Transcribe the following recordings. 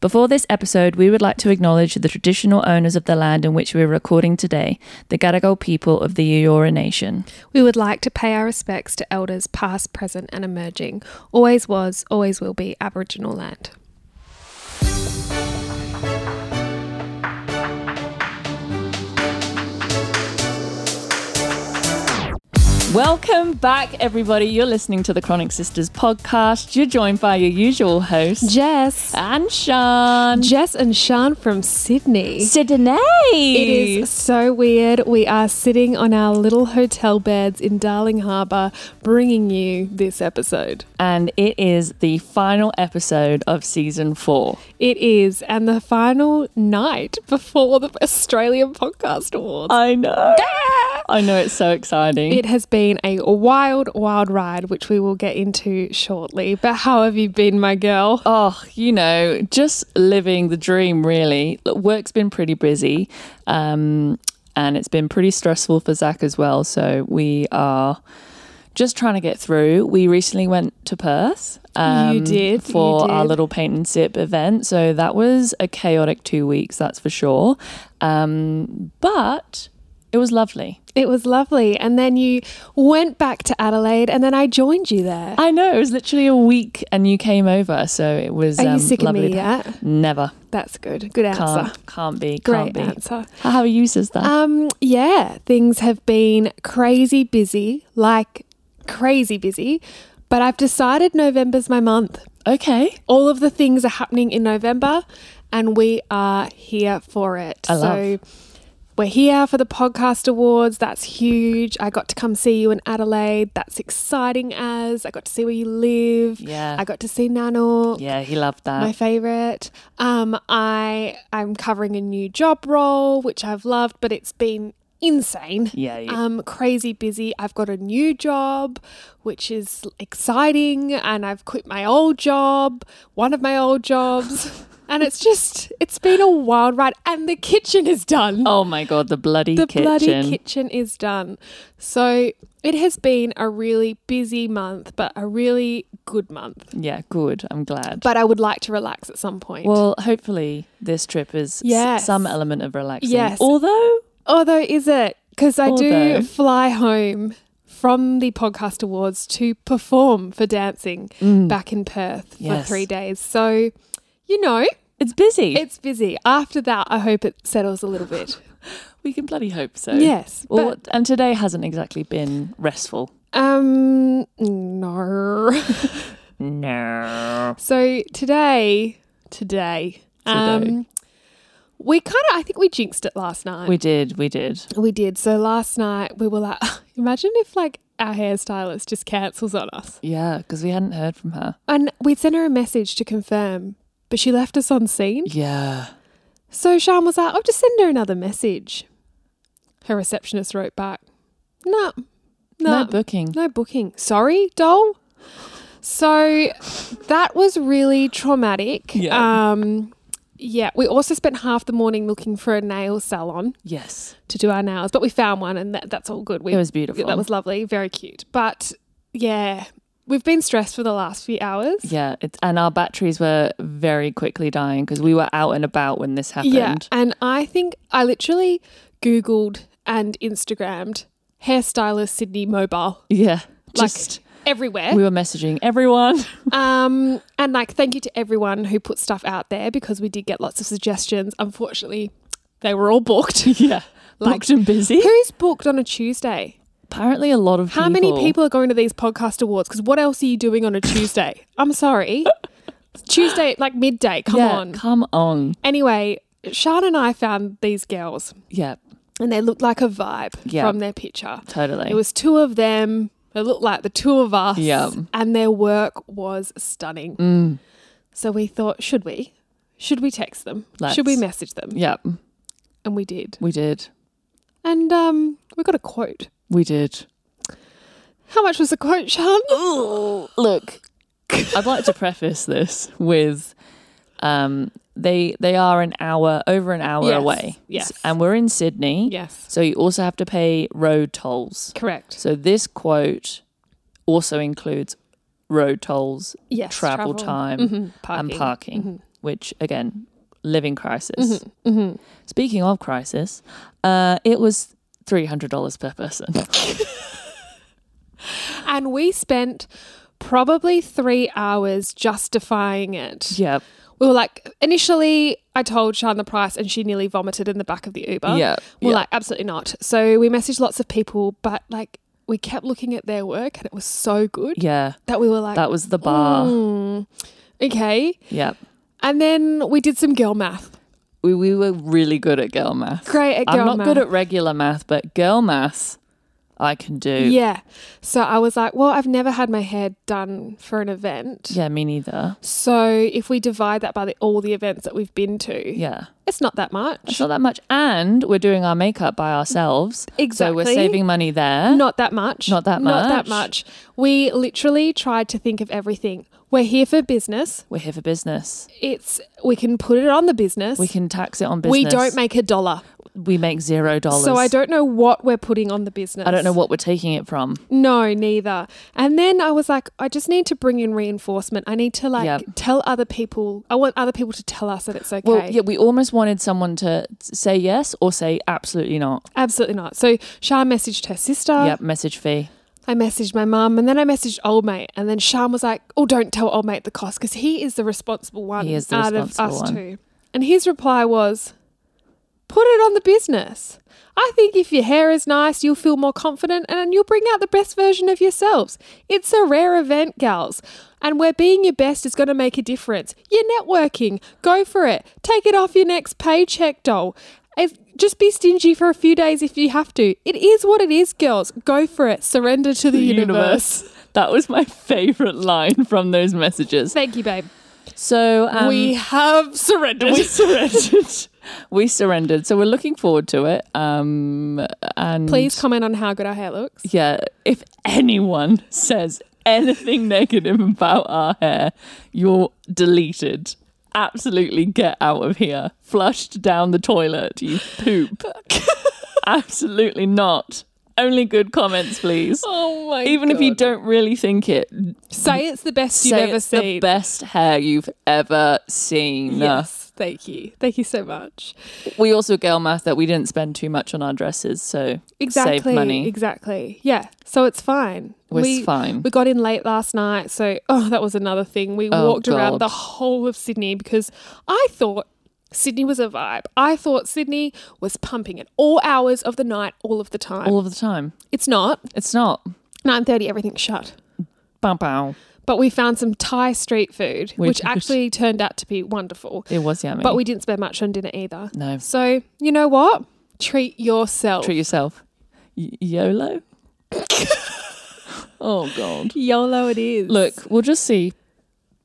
Before this episode, we would like to acknowledge the traditional owners of the land in which we are recording today, the Gadigal people of the Eora Nation. We would like to pay our respects to elders past, present, and emerging. Always was, always will be Aboriginal land. Welcome back, everybody. You're listening to the Chronic Sisters podcast. You're joined by your usual host, Jess. and Sean. Jess and Sean from Sydney. Sydney. It is so weird. We are sitting on our little hotel beds in Darling Harbour, bringing you this episode. And it is the final episode of season four. It is, and the final night before the Australian Podcast Awards. I know. I know it's so exciting. It has been a wild, wild ride, which we will get into shortly. But how have you been, my girl? Oh, you know, just living the dream, really. Look, Work's been pretty busy, um, and it's been pretty stressful for Zach as well. So we are just trying to get through. We recently went to Perth. um, did, you for our did. little paint and sip event, so that was a chaotic two weeks, that's for sure. Um, but it was lovely. It was lovely. And then you went back to Adelaide, and then I joined you there. I know it was literally a week, and you came over, so it was. Are you um, sick of lovely me to- yet? Never. That's good. Good answer. Can't, can't be. Can't Great be. answer. How how are you, sister? Um, yeah, things have been crazy busy, like crazy busy. But I've decided November's my month. okay. all of the things are happening in November and we are here for it. I so we're here for the podcast awards. That's huge. I got to come see you in Adelaide. That's exciting as I got to see where you live. Yeah. I got to see Nano. Yeah, he loved that. My favorite. Um, I I'm covering a new job role, which I've loved, but it's been insane. Yeah, yeah. Um, crazy busy. I've got a new job, which is exciting, and I've quit my old job, one of my old jobs, and it's just it's been a wild ride. And the kitchen is done. oh my god, the bloody the kitchen. bloody kitchen is done. So it has been a really busy month, but a really good month. yeah, good. I'm glad. But I would like to relax at some point. well, hopefully this trip is s- Yes. some element of relaxing. Yes. Although Although, Oh, is it? Because I Although- do fly home from the podcast awards to perform for dancing back in Perth Mm. Yes. for three days. So, you know, it's busy. it's busy. After that, I hope it settles a little bit. we can bloody hope so. yes. Well, But, and today hasn't exactly been restful. um, no. No. so today, today, um, we kind of, I think we jinxed it last night. We did, we did. We did. So last night we were like, imagine if like our hairstylist just cancels on us. Yeah, because we hadn't heard from her. And we'd sent her a message to confirm, but she left us on scene. Yeah. So Sean was like, I'll just send her another message. Her receptionist wrote back, No, No no, booking. no booking. Sorry, doll. So that was really traumatic. Yeah. Um, yeah, we also spent half the morning looking for a nail salon Yes. to do our nails, but we found one and that, that's all good. We, It was beautiful. that was lovely, very cute. But yeah, we've been stressed for the last few hours. Yeah, it's, and our batteries were very quickly dying because we were out and about when this happened. Yeah, and I think I literally Googled and Instagrammed hairstylist Sydney mobile, Yeah. like eh? Just everywhere. we were messaging everyone. um, and like thank you to everyone who put stuff out there because we did get lots of suggestions. Unfortunately, they were all booked. yeah. Like- Booked and busy. Who's booked on a Tuesday? Apparently a lot of How many people are going to these podcast awards? Because what else are you doing on a Tuesday? I'm sorry. Tuesday, like midday. Come yeah, on. Come on. Anyway, Sean and I found these girls. Yeah, and they looked like a vibe Yeah. from their picture. totally. It was two of them. They looked like the two of us. Yeah. Mm. And their work was stunning. So we thought, should we? Should we text them? Should we Let's. message them? yeah, And we did. we did. And um, we got a quote. We did. How much was the quote, Sean? Look, I'd like to preface this with um they they are an hour over an hour Yes, away. yes. And we're in Sydney. Yes. So you also have to pay road tolls. Correct. So this quote also includes road tolls, Yes. travel, time, Mhm. Parking. and parking. which again, living crisis. Mm-hmm. Speaking of crisis, uh, it was three hundred dollars per person. And we spent probably three hours justifying it. yep, We were like, initially, I told Sean the price and she nearly vomited in the back of the Uber. Yeah, We're yeah. like, absolutely not. So we messaged lots of people, but like, we kept looking at their work and it was so good yeah, that we were like, that was the bar. "Mm, okay. Yep, And then we did some girl math. we we were really good at girl math. Great at girl I'm not math. good at regular math, but girl math, I can do. Yeah. So I was like, well, I've never had my hair done for an event. Yeah, me neither. So if we divide that by the, all the events that we've been to, Yeah, it's not that much. it's not that much, and we're doing our makeup by ourselves, so we're Exactly. saving money there. Not that much. Not that Not that much. much. We literally tried to think of everything. We're here for business. We're here for business. It's we can put it on the business. We can tax it on business. We don't make a dollar. we make zero dollars. So I don't know what we're putting on the business. I don't know what we're taking it from. No, neither. And then I was like, I just need to bring in reinforcement. I need to like Yep. tell other people. I want other people to tell us that it's okay. Well, yeah, we almost wanted someone to say yes or say absolutely not. Absolutely not. So Shan messaged her sister. yep, message fee. I messaged my mum and then I messaged old mate. And then Shan was like, Oh, don't tell old mate the cost because he is the responsible one He is the out responsible of us one. two. And his reply was, Put it on the business. I think if your hair is nice, you'll feel more confident and you'll bring out the best version of yourselves. It's a rare event, gals. And where being your best is going to make a difference. You're networking. Go for it. Take it off your next paycheck, doll. If, just be stingy for a few days if you have to. It is what it is, girls. Go for it. Surrender to the, universe. That was my favorite line from those messages. Thank you, babe. So um, we have surrendered. we surrendered. we surrendered. So we're looking forward to it. Um, and Please comment on how good our hair looks. yeah, if anyone says anything negative about our hair, you're deleted. Absolutely get out of here. Flushed down the toilet, you poop. Absolutely not. Only good comments, please. Oh my Even if you don't really think it, say it's the best you've say ever it's the seen. best hair you've ever seen. Yes, thank you. Thank you so much. We also girl math that we didn't spend too much on our dresses, so Exactly. save money. Exactly. Yeah. So it's fine. We're we fine. We got in late last night, so oh, that was another thing. We Oh, walked around God. the whole of Sydney because I thought Sydney was a vibe. I thought Sydney was pumping at all hours of the night, all of the time. All of the time. it's not. It's not. Nine thirty, everything's shut. Bow bow. But we found some Thai street food, We which did. actually turned out to be wonderful. It was yummy. But we didn't spend much on dinner either. no. So you know what? Treat yourself. Treat yourself. Y- YOLO. oh God. YOLO it is. Look, we'll just see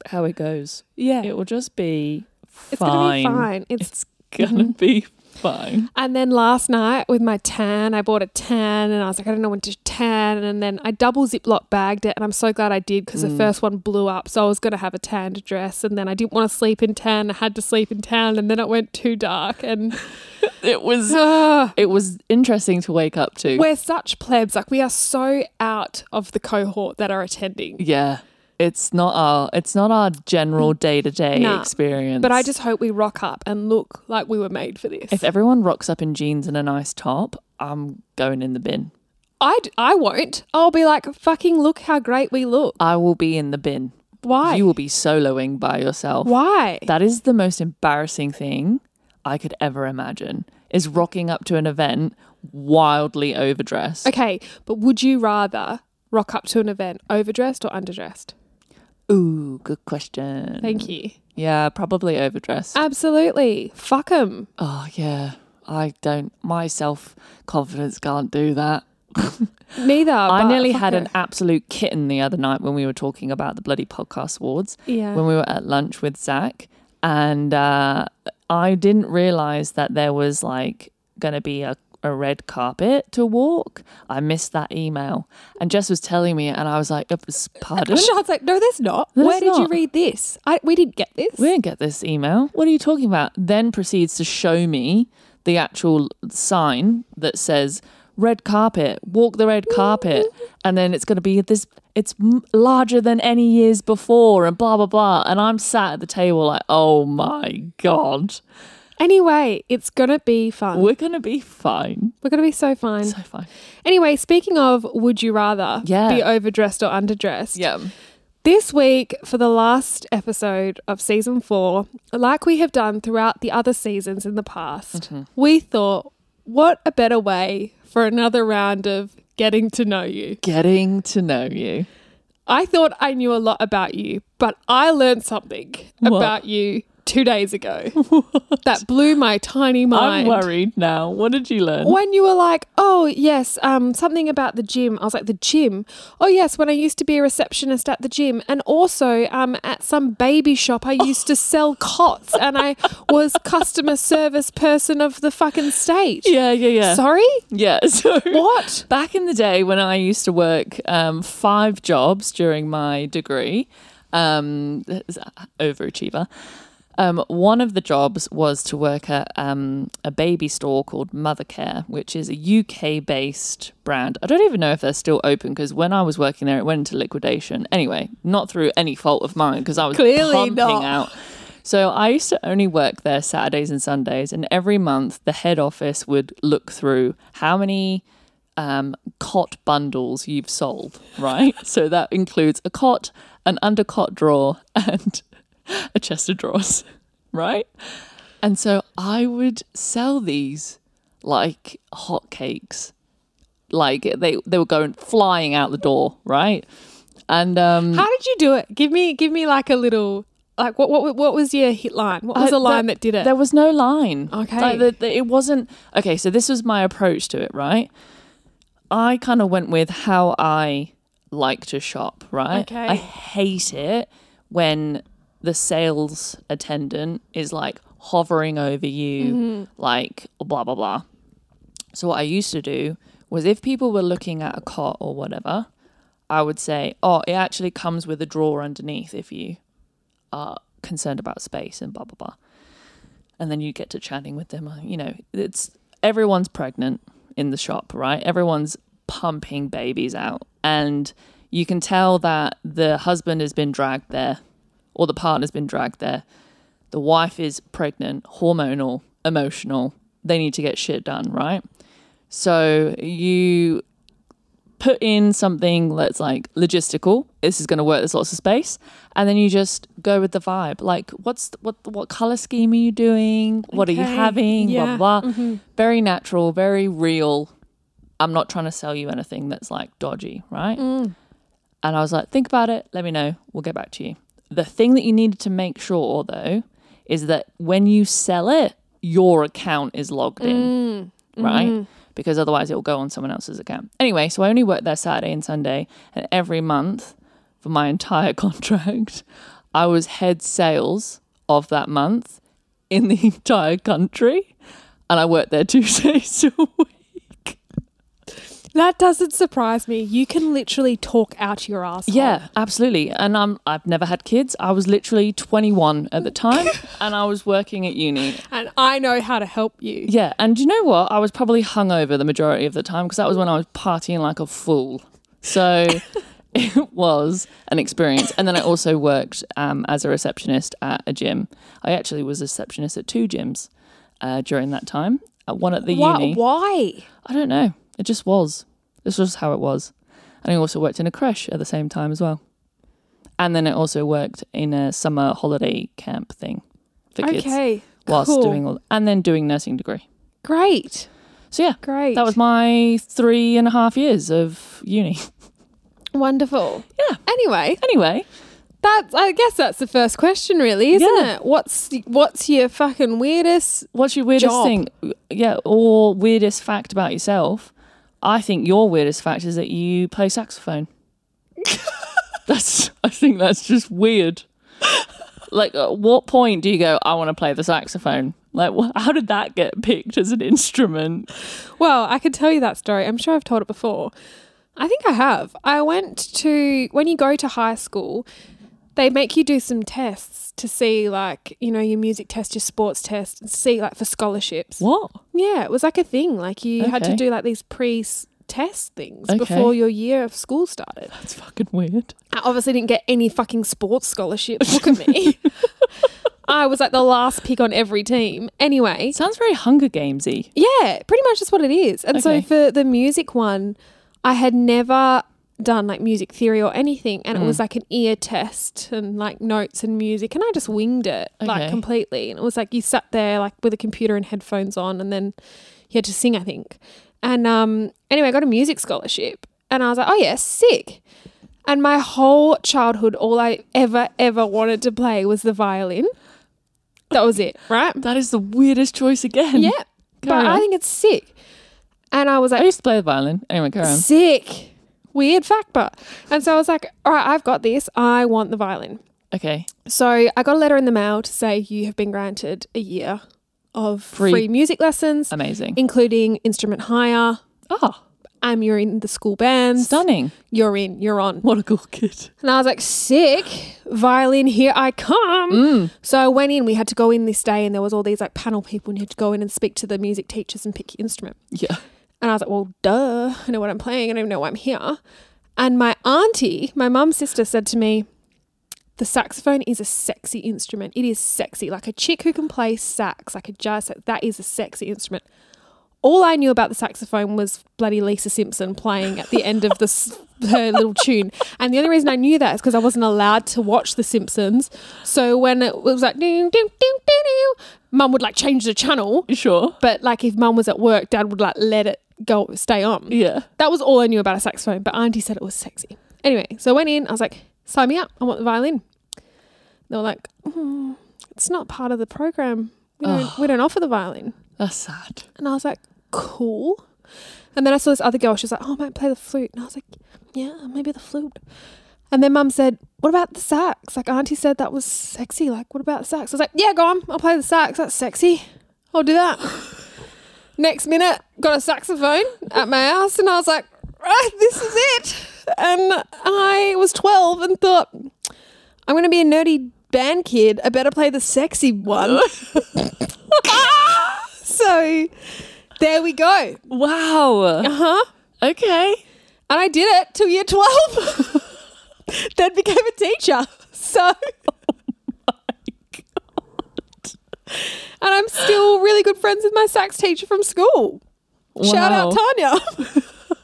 how it goes. yeah, It will just be fine. it's gonna be fine. It's, It's gonna be fine. and then last night with my tan, I bought a tan, and I was like, I don't know when to tan, and then I double ziplock bagged it, and I'm so glad I did because Mm. the first one blew up, so I was gonna have a tanned dress, and then I didn't want to sleep in tan, I had to sleep in tan, and then it went too dark, and It was. ah, It was interesting to wake up to. we're such plebs, like we are so out of the cohort that are attending. yeah. It's not our. It's not our general day to day Nah. experience. But I just hope we rock up and look like we were made for this. If everyone rocks up in jeans and a nice top, I'm going in the bin. I, d- I won't. I'll be like, fucking look how great we look. I will be in the bin. Why? You will be soloing by yourself. Why? That is the most embarrassing thing I could ever imagine is rocking up to an event wildly overdressed. okay, but would you rather rock up to an event overdressed or underdressed? Ooh, good question. Thank you. Uh, Yeah, probably overdressed. Absolutely. Fuck 'em. oh, yeah. I don't, my self confidence can't do that. Neither. I Uh, but nearly fuck had an it. absolute kitten the other night when we were talking about the bloody podcast awards. Yeah. when we were at lunch with Zach, and uh, I didn't realize that there was like going to be a, a red carpet to walk. I missed that email, and Jess was telling me, and I was like, "Uh, s- "Pardon." Sean's like, no, there's not. There's Where did you not. read this? I, we didn't get this. We didn't get this email. What are you talking about? Then proceeds to show me the actual sign that says red carpet, walk the red carpet. And then it's going to be this it's m- larger than any years before and blah blah blah and i'm sat at the table like oh my god Anyway, it's going to be fun. we're gonna be fine We're going to be so fine. so fine Anyway, speaking of would you rather Yeah. be overdressed or underdressed? yeah This week, for the last episode of season four, like we have done throughout the other seasons in the past, Mm-hmm. we thought, what a better way for another round of getting to know you. getting to know you I thought I knew a lot about you, but I learned something What? about you two days ago that blew my tiny i'm mind. worried now what did you learn when you were like, "Oh yes, um, something about the gym," I was like, "The gym? Oh yes, when I used to be a receptionist at the gym, and also um, at some baby shop, I used to sell cots, and I was customer service person of the fucking state." yeah yeah yeah Sorry, yeah so what? Back in the day when I used to work um, five jobs during my degree, um, as a- overachiever, um, one of the jobs was to work at um, a baby store called Mothercare, which is a UK based brand. I don't even know if they're still open because when I was working there, it went into liquidation. Anyway, not through any fault of mine because I was Clearly pumping not. out. So I used to only work there Saturdays and Sundays, and every month the head office would look through how many um, cot bundles you've sold, right? so that includes a cot, an undercot drawer, and a chest of drawers, right? And so I would sell these like hotcakes. Like they they were going flying out the door, right? And um How did you do it? Give me, give me like a little, like what, what, what was your hit line? What was Uh, the line that did it? There was no line. Okay. Like, the, the- it wasn't. Okay, so this was my approach to it, right? I kind of went with how I like to shop, right? Okay. I hate it when the sales attendant is like hovering over you, like blah, blah, blah. So what I used to do was if people were looking at a cot or whatever, I would say, "Oh, it actually comes with a drawer underneath if you are concerned about space and blah blah blah." And then you get to chatting with them. uh, You know, it's everyone's pregnant in the shop, right? Everyone's pumping babies out, and you can tell that the husband has been dragged there, or the partner's been dragged there. The wife is pregnant, hormonal, emotional. They need to get shit done, right? So you put in something that's like logistical. This is going to work. There's lots of space, and then you just go with the vibe. Like, what's what what color scheme are you doing? What are you Okay. having? Yeah. mm-hmm. Blah blah. blah. Very natural, very real. I'm not trying to sell you anything that's like dodgy, right? And I was like, think about it. Let me know. We'll get back to you. The thing that you needed to make sure though is that when you sell it, your account is logged in right? Because otherwise it will go on someone else's account. Anyway, so I only worked there Saturday and Sunday, and every month for my entire contract, I was head sales of that month in the entire country, and I worked there two days a week. that doesn't surprise me. You can literally talk out your ass. Yeah, absolutely. And I'm I've never had kids. I was literally 21 at the time, and I was working at uni. and I know how to help you. Yeah, and you know what? I was probably hungover the majority of the time because that was when I was partying like a fool. So it was an experience. And then I also worked um, as a receptionist at a gym. I actually was a receptionist at two gyms uh, during that time. At one at the Why? uni. Why? I don't know. It just was. This was how it was. And I also worked in a creche at the same time as well. And then I also worked in a summer holiday camp thing for kids Okay. whilst cool. doing all and then doing nursing degree. Great. So yeah, Great. that was my three and a half years of uni. wonderful. Yeah. Anyway, Anyway, that's I guess that's the first question really, isn't Yeah. it? What's what's your fucking weirdest what's your weirdest Job. thing? Yeah, or weirdest fact about yourself? I think your weirdest fact is that you play saxophone. that's. I think that's just weird. Like, at what point do you go? I want to play the saxophone. Like, wh- how did that get picked as an instrument? Well, I could tell you that story. I'm sure I've told it before. I think I have. I went to when you go to high school, they make you do some tests to see like, you know, your music test, your sports test, and see like for scholarships. What? Yeah, it was like a thing. Like you had to Okay. do like these pre test things Okay. before your year of school started. That's fucking weird. I obviously didn't get any fucking sports scholarship. Look at me. I was like the last pick on every team. Anyway, It sounds very Hunger Gamesy. yeah, pretty much that's what it is. And Okay. so for the music one, I had never done like music theory or anything, and it Mm. was like an ear test and like notes and music, and I just winged it Okay. like completely. And it was like you sat there like with a computer and headphones on, and then you had to sing, I think. And um, anyway, I got a music scholarship, and I was like, oh yeah, sick. And my whole childhood, all I ever ever wanted to play was the violin. That was it, right? That is the weirdest choice again. Yeah. Carry But I on. think it's sick. And I was I like, used to play the violin. Anyway, carry on. sick. Weird factor. And so I was like, all right, I've got this. I want the violin. Okay. So I got a letter in the mail to say you have been granted a year of Free. free, music lessons, Amazing. including instrument hire. Ah, And you're in the school bands. stunning. You're in, you're on. What a cool kid. And I was like, sick, violin, here I come. So I went in, we had to go in this day, and there was all these like panel people, and you had to go in and speak to the music teachers and pick your instrument. Yeah. And I was like, well, duh, I know what I'm playing. I don't even know why I'm here. And my auntie, my mum's sister, said to me, the saxophone is a sexy instrument. It is sexy. Like a chick who can play sax, like a jazz sax, that is a sexy instrument. All I knew about the saxophone was bloody Lisa Simpson playing at the end of this her little tune. And the only reason I knew that is because I wasn't allowed to watch The Simpsons. So when it was like, ding, ding, ding, ding, ding, mum would like change the channel. You sure? But like if mum was at work, dad would like let it go stay on. Yeah. That was all I knew about a saxophone, but Auntie said it was sexy. Anyway, so I went in, I was like, sign me up, I want the violin. They were like, "Mm, it's not part of the program. We don't, we don't offer the violin. That's sad. And I was like, cool. And then I saw this other girl, she was like, oh, I might play the flute. And I was like, yeah, maybe the flute. And then mum said, what about the sax? Like, Auntie said that was sexy. Like, what about the sax? I was like, yeah, go on, I'll play the sax. That's sexy. I'll do that. Next minute, got a saxophone at my house. And I was like, right, this is it. And I was 12 and thought, I'm going to be a nerdy band kid. I better play the sexy one. so there we go. Wow. Uh Uh-huh. huh. Okay. And I did it till year 12. then became a teacher. So. And I'm still really good friends with my sax teacher from school. Shout out Wow. Tanya.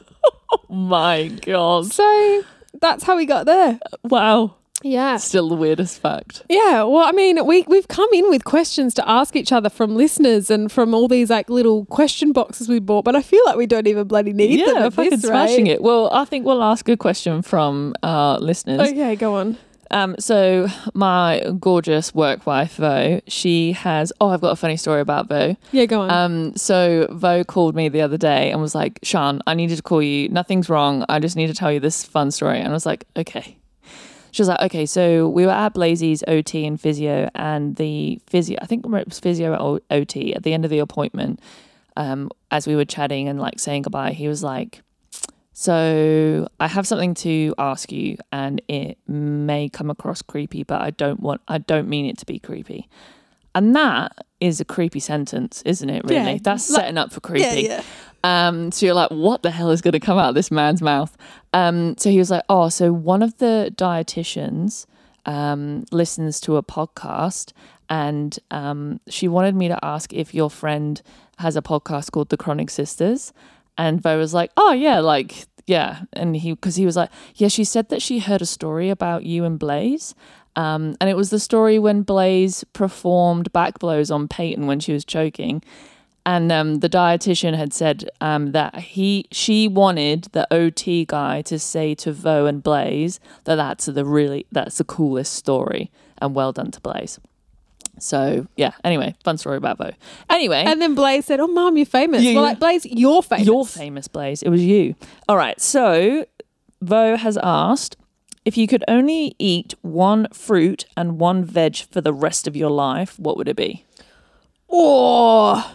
My God. so that's how we got there. Wow. Yeah. Still the weirdest fact. Yeah, well, I mean, we we've come in with questions to ask each other from listeners and from all these like little question boxes we bought, but I feel like we don't even bloody need them. Yeah, at fucking this smashing rate. it. Well, I think we'll ask a question from our listeners. Okay, go on. Um, so my gorgeous work wife Vo, she has. Oh, I've got a funny story about Vo. Yeah, go on. Um, so Vo called me the other day and was like, "Sean, I needed to call you. Nothing's wrong. I just need to tell you this fun story." And I was like, "Okay." She was like, "Okay, so we were at Blazey's OT and physio, and the physio, I think it was physio or OT, at the end of the appointment, um, as we were chatting and like saying goodbye, he was like." So I have something to ask you, and it may come across creepy, but I don't want, I don't mean it to be creepy. And that is a creepy sentence, isn't it? Really, Yeah. that's Like- setting up for creepy. Um, so you're like, what the hell is going to come out of this man's mouth? Um, so he was like, oh, so one of the dietitians um, listens to a podcast, and um, she wanted me to ask if your friend has a podcast called The Chronic Sisters. And Bo was like, oh yeah, like yeah, and he because he was like, yeah, she said that she heard a story about you and Blaze. Um, and it was the story when Blaze performed back blows on Peyton when she was choking and um, the dietitian had said um, that he she wanted the OT guy to say to Vo and Blaze that that's the really that's the coolest story and well done to Blaze. So yeah, anyway, fun story about Vo. Anyway, And then Blaze said, "Oh, mom, you're famous." Yeah, well, yeah. like Blaze, you're famous. you're famous, Blaze. It was you. All right. So, Vo has asked if you could only eat one fruit and one veg for the rest of your life, what would it be? Oh.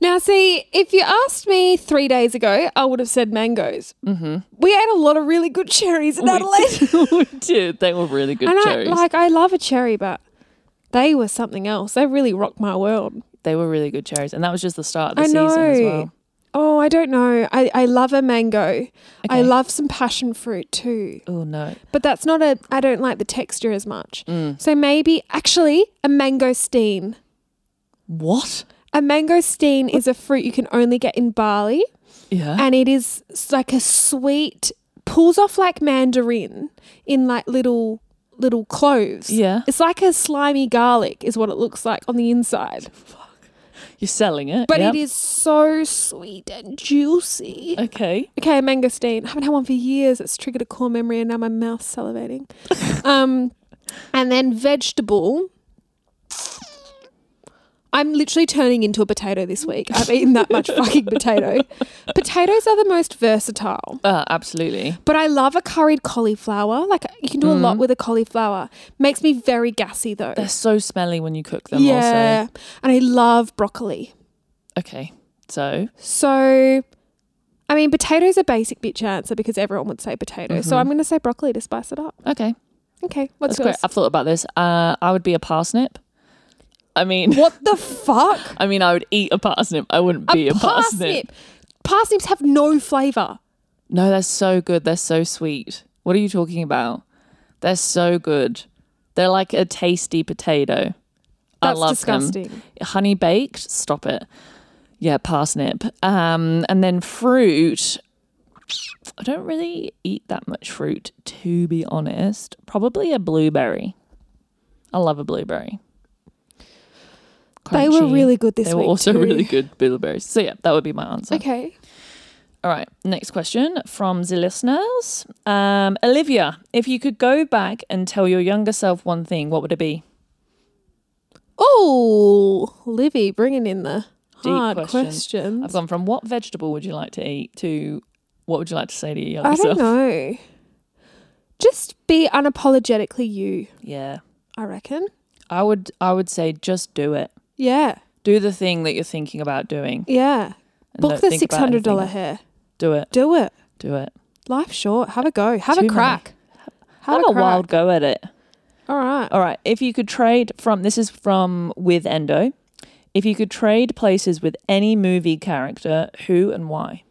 Now, see, if you asked me three days ago, I would have said mangoes. Mm-hmm. We ate a lot of really good cherries in Adelaide. Dude, they were really good and cherries. I, like, I love a cherry, but they were something else. They really rocked my world. they were really good cherries, and that was just the start of the I know. season as well. Oh, Oh, I don't know. I, I love a mango. I Okay. love some passion fruit too. Oh no. But that's not a, I don't like the texture as much. Mm. So maybe, actually, a mangosteen. What? A mangosteen is a fruit you can only get in Bali, Yeah. and it is s- like a sweet, pulls off like mandarin in like little little cloves. Yeah. It's like a slimy garlic, is what it looks like on the inside. You're selling it. But yep. it is so sweet and juicy. Okay. Okay, a mangosteen. I haven't had one for years. It's triggered a core memory, and now my mouth's salivating. um, and then vegetable. I'm literally turning into a potato this week. I've eaten that much fucking potato. Potatoes are the most versatile, Uh, absolutely. but I love a curried cauliflower. Like you can do a lot with a cauliflower. Makes me very gassy though. They're so smelly when you cook them. yeah, and I love broccoli. Also. Okay. So So, I mean, potato's a basic bitch answer because everyone would say potato. So I'm going to say broccoli to spice it up. okay, Mm-hmm. Okay, that's what's great. yours? I've thought about this. Uh, I would be a parsnip. I mean, What the fuck? I mean, I would eat a parsnip. I wouldn't be a parsnip. Parsnips have no flavour. No, they're so good. They're so sweet. What are you talking about? They're so good. They're like a tasty potato. I That's love disgusting. them. Honey baked, stop it. Yeah, parsnip. Um, and then fruit. I don't really eat that much fruit, to be honest. Probably a blueberry. I love a blueberry. They were Crunchy. really good this They week. were also too. really good blueberries. So yeah, that would be my answer. Okay. All right, next question from the listeners. Um, Olivia, if you could go back and tell your younger self one thing, what would it be? Oh, Livy bringing in the Deep hard question. questions. I've gone from what vegetable would you like to eat to what would you like to say to your younger I don't self? know. Just be unapologetically you, Yeah, I reckon. I would. I would say just do it. Yeah. Do the thing that you're thinking about doing. Yeah. and don't Book the think about anything $600 else. hair. Do it. Do it. Do it. Life short. Have a go. Have Too a many. crack. Have, a, crack. wild go at it. All right. All right. If you could trade from this is from with Endo. If you could trade places with any movie character, who and why?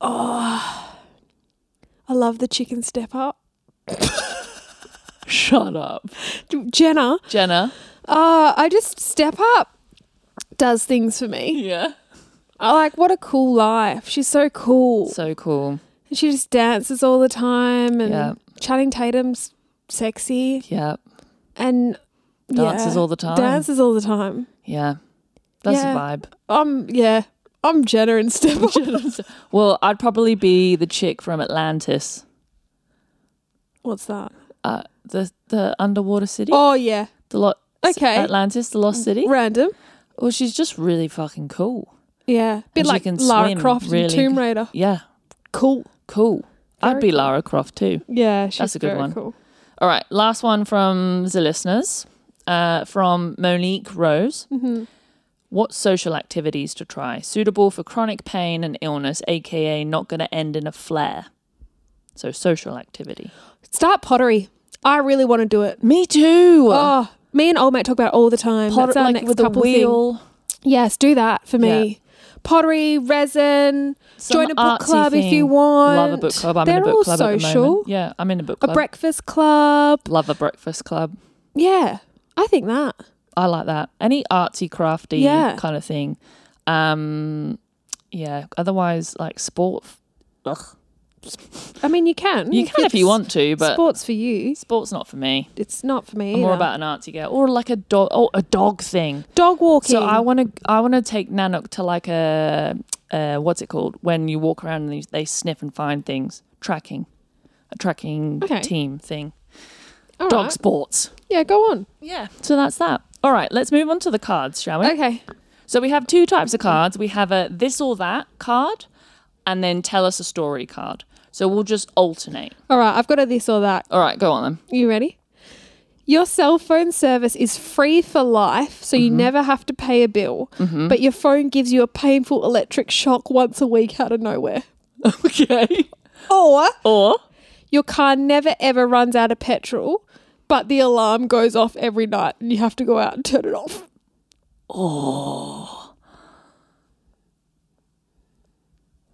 I love the chicken step up. Shut up. Jenna, Jenna. uh, I just step up does things for me. Yeah. I like what a cool life. She's so cool. So cool. She just dances all the time and Yeah. Channing Tatum's sexy Yeah. and Dances yeah, all the time. Dances all the time. Yeah. That's Yeah. a vibe. Um yeah. I'm Jenna and step up. Well, I'd probably be the chick from Atlantis. What's that? Uh, the the underwater city. Oh yeah. The lot Okay. Atlantis, the lost city. Random. Well, she's just really fucking cool. Yeah. Bit she like can Lara swim Croft really and Tomb Raider. Yeah. Cool. Cool. I'd Very be cool. Lara Croft too. Yeah, she's a good very one. cool. All right, last one from the listeners. Uh, from Monique Rose. Mm-hmm. What social activities to try suitable for chronic pain and illness, aka not going to end in a flare? So social activity. Start pottery. I really want to do it. Me too. Oh, me and old mate talk about it all the time. Pot- That's our like next with a couple thing. wheel. Yes, do that for me. Pottery, resin. some join a book artsy club if you thing. want. Love a book club. I'm They're in a book all club at the social. moment. Yeah, I'm in a book A club. breakfast club. Love a breakfast club. Yeah, I think that. I like that. Any artsy, crafty Yeah. kind of thing. Um, yeah. Otherwise, like sport. Ugh. I mean, you can. You can if you it's- want to, but sports for you. sport's not for me. It's not for me. I'm more either. about an artsy girl or like a dog. Oh, a dog thing. dog walking. So I want to. I want to take Nanook to like a. Uh, what's it called when you walk around and they, they sniff and find things? Tracking, a tracking Okay. team thing. All Dog right. sports. Yeah, go on. Yeah. So that's that. All right, let's move on to the cards, shall we? Okay. So we have two types of cards. We have a this or that card and then tell us a story card. So we'll just alternate. All right. I've got a this or that. All right, go on then. You ready? Your cell phone service is free for life, so Mm-hmm. you never have to pay a bill. But your phone gives you a painful electric shock once a week out of nowhere. Okay. Or Or your car never ever runs out of petrol, but the alarm goes off every night and you have to go out and turn it off.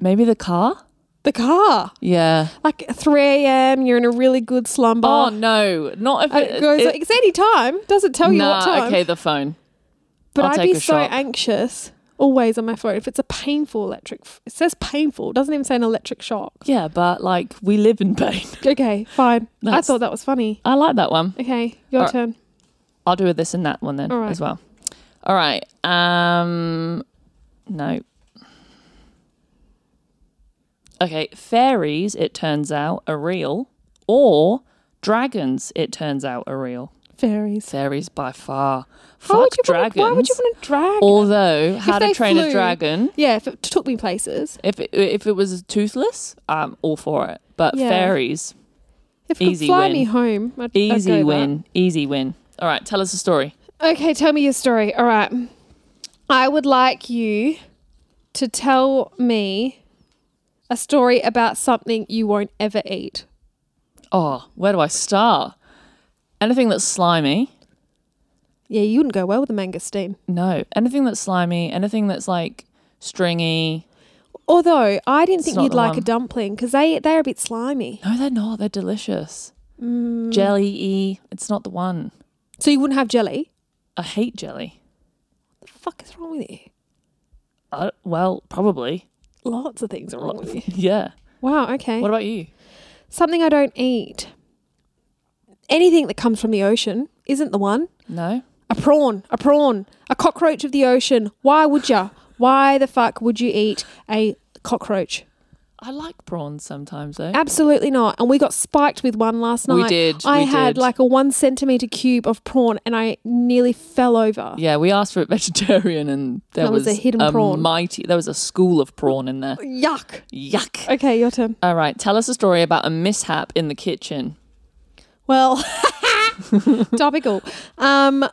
Maybe the car? The car. Yeah. Like 3 a.m., you're in a really good slumber. Oh, no, not if And it, it goes, it- it's any time. Doesn't tell you what nah, time. okay, the phone. but I'll would take be a so shot. anxious always on my phone if it's a painful electric. f- It says painful. It doesn't even say an electric shock. Yeah, but like we live in pain. Okay, fine. I That's- Uh, thought that was funny. I like that one. Okay, your All right. turn. I'll do with this and that one then All right. as well. All right. Um no. Okay, fairies it turns out are real or dragons it turns out are real. Fairies. Fairies by far. How Fuck would you dragons. Wanna, why would you want to drag? Although how they to train flew- a dragon yeah, if it took me places. if it, if it was toothless, I'm all for it. But Yeah. fairies If it Easy could fly win. me home, I'd, I'd go easy that. win, easy win. All right, tell us a story. Okay, tell me your story. All right. I would like you to tell me a story about something you won't ever eat. Oh, where do I start? Anything that's slimy? Yeah, you wouldn't go well with a mangosteen. No. Anything that's slimy, anything that's like stringy. Although I didn't think not you'd the like a one. dumpling because they they're a bit slimy. No, they're not. They're delicious. Jelly y. It's not the one. So you wouldn't have jelly. I hate jelly. What the fuck is wrong with you? I, Uh, well, probably. Lots of things are wrong with you. Yeah. Wow. Okay. What about you? something I don't eat. Anything that comes from the ocean isn't the one. No. A prawn, a prawn, a cockroach of the ocean. Why would you? Why the fuck would you eat a cockroach? I like prawns sometimes Ah. though. Absolutely not. And we got spiked with one last night. We did, I we had did. like a one centimeter cube of prawn and I nearly fell over. yeah, we asked for it vegetarian and there That was was, a hidden prawn. mighty there was a school of prawn in there. Yuck. Yuck. Okay, your turn. All right, tell us a story about a mishap in the kitchen. Well, topical. Um,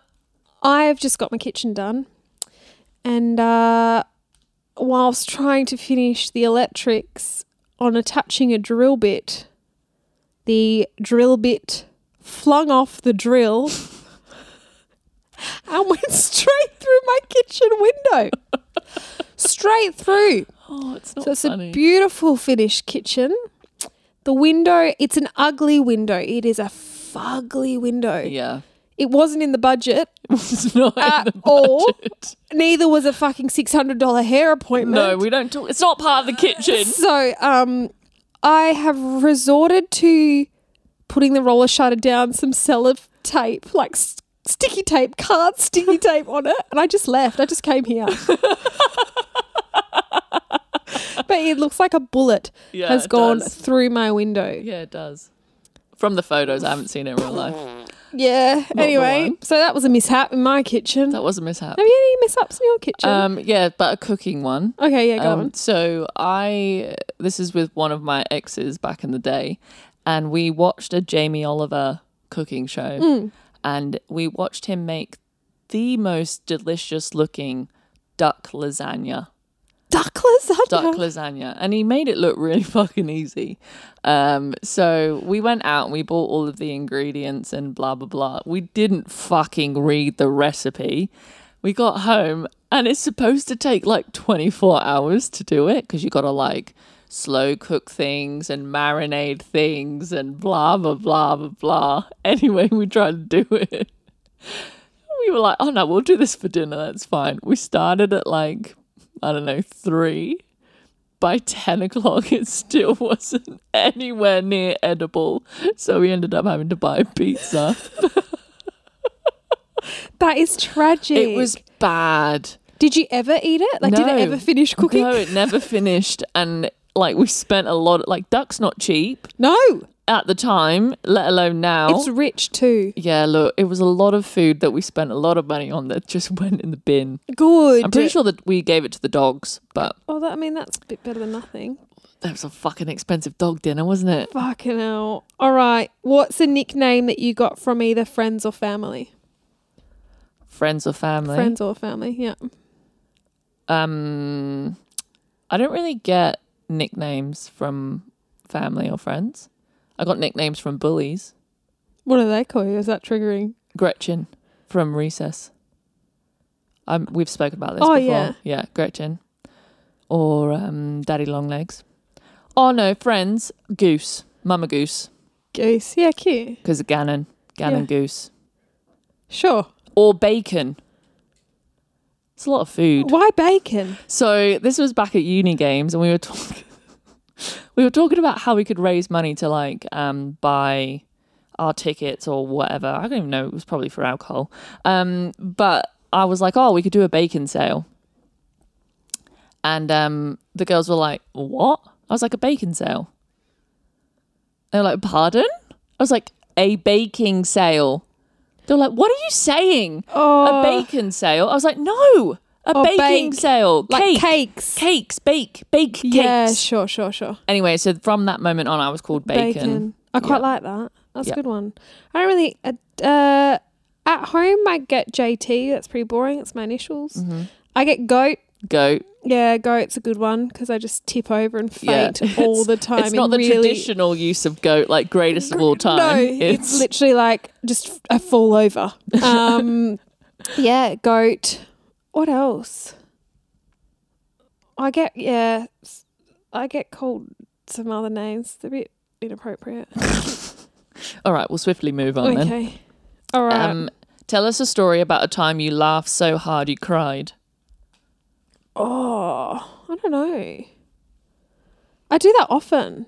I've just got my kitchen done, and uh, whilst trying to finish the electrics on attaching a drill bit, the drill bit flung off the drill and went straight through my kitchen window. straight through. Oh, it's not So it's a beautiful finished kitchen. The window, it's an ugly window. It is a fugly window. yeah. It wasn't in the budget It's not in at the all. budget. Neither was a fucking $600 hair appointment. No, we don't talk. It's not part of the kitchen. So um, I have resorted to putting the roller shutter down some sellotape, like s- sticky tape, card sticky tape on it, and I just left. I just came here. but it looks like a bullet Yeah, has it gone does. through my window. Yeah, it does. Oh. From the photos, I haven't seen it in real life. Yeah. the anyway, one. so that was a mishap in my kitchen. That was a mishap. have you any mishaps in your kitchen? Um, yeah, but a cooking one. okay, yeah, go Um, on. so I this is with one of my exes back in the day, and we watched a Jamie Oliver cooking show, and we watched him make the most delicious looking duck lasagna. Duck lasagna. duck lasagna and he made it look really fucking easy um so we went out and we bought all of the ingredients and blah blah blah we didn't fucking read the recipe we got home and it's supposed to take like 24 hours to do it because you gotta like slow cook things and marinade things and blah blah blah blah blah anyway we tried to do it we were like, oh no, we'll do this for dinner. That's fine. We started at like, I don't know, three. By 10 o'clock, it still wasn't anywhere near edible. So we ended up having to buy pizza. that is tragic. it was bad. Did you ever eat it? Like, did No. it ever finish cooking? No, it never finished. And like, we spent a lot, like, duck's not cheap no. at the time, let alone now. It's rich too. yeah, look, it was a lot of food that we spent a lot of money on that just went in the bin. Good. I'm pretty sure that we gave it to the dogs, but Well, Oh, that, I mean, that's a bit better than nothing. that was a fucking expensive dog dinner, wasn't it? Fucking hell. All right. What's a nickname that you got from either friends or family? Friends or family? Friends or family, yeah. Um, I don't really get nicknames from family or friends. I got nicknames from bullies. What do they call you? Is that triggering? Gretchen from Recess. Um, we've spoken about this Oh, before. yeah. yeah, Gretchen. or um, Daddy Longlegs. Oh no, Friends, Goose, Mama Goose, Goose. Yeah, cute. because of Gannon, Gannon Yeah. Goose, Sure. or bacon. It's a lot of food. Why bacon? So this was back at uni games, and we were talking. we were talking about how we could raise money to like um, buy our tickets or whatever. I don't even know. It was probably for alcohol. Um, but I was like, oh, we could do a bacon sale. And um, the girls were like, what? I was like, a bacon sale. They were like, pardon? I was like, a baking sale. They were like, what are you saying? Oh. A bacon sale? I was like, no, a Oh, baking bake. sale. Like Cake. cakes. Cakes, bake, bake cakes. Yeah, sure, sure, sure. Anyway, so from that moment on, I was called Bacon. I Yeah. quite like that. That's Yeah. a good one. I don't really. Uh, uh, at home, I get JT. That's pretty boring. It's my initials. Mm-hmm. I get goat. Goat. Yeah, goat's a good one because I just tip over and Yeah. faint all the time. it's not in the really, traditional use of goat, like greatest of all time. No, it's, literally like just f- a fall over. Um, yeah, goat. What else? I get yeah, s- I get called some other names. They're a bit inappropriate. all right. We'll swiftly move on then. Okay. All right. Um, tell us a story about a time you laughed so hard you cried. oh, I don't know. I do that often.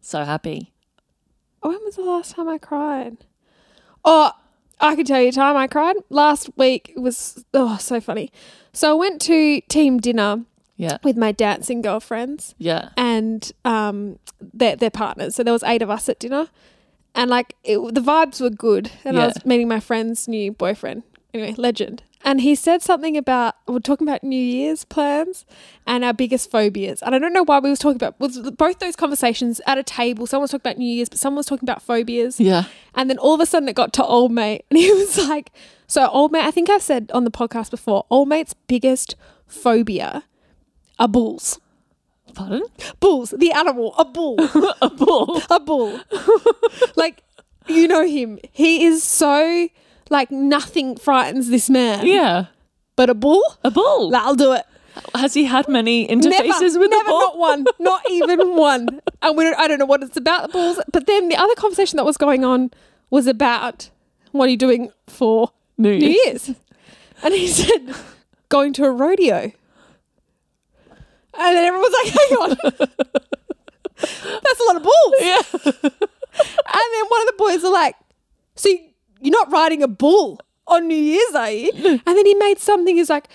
So happy. When was the last time I cried? Oh, I can tell you a time I cried. Last week was oh so funny. So I went to team dinner Yeah. with my dancing girlfriends Yeah. and um their their partners. So there was eight of us at dinner, and like it, the vibes were good. And I Yeah. was meeting my friend's new boyfriend. Anyway, legend. And he said something about we're talking about New Year's plans and our biggest phobias. And I don't know why we was talking about was both those conversations at a table. Someone was talking about New Year's, but someone was talking about phobias. Yeah. And then all of a sudden it got to old mate. And he was like, So, old mate, I think I said on the podcast before, old mate's biggest phobia are bulls. Pardon? Bulls, the animal, a bull, a bull. a bull. like, you know him. He is so, like, nothing frightens this man. Yeah. But a bull, A bull. that'll do it. Has he had many Never, interfaces with never, a bull? not one, not even one. And we don't, I don't know what it's about, the bulls. But then the other conversation that was going on was about what are you doing for New New Year's. Year's. And he said, going to a rodeo. And then everyone's like, hang on. That's a lot of bulls. Yeah. And then one of the boys are like, so you- you're not riding a bull on New Year's, are you? And then he made something, he's like,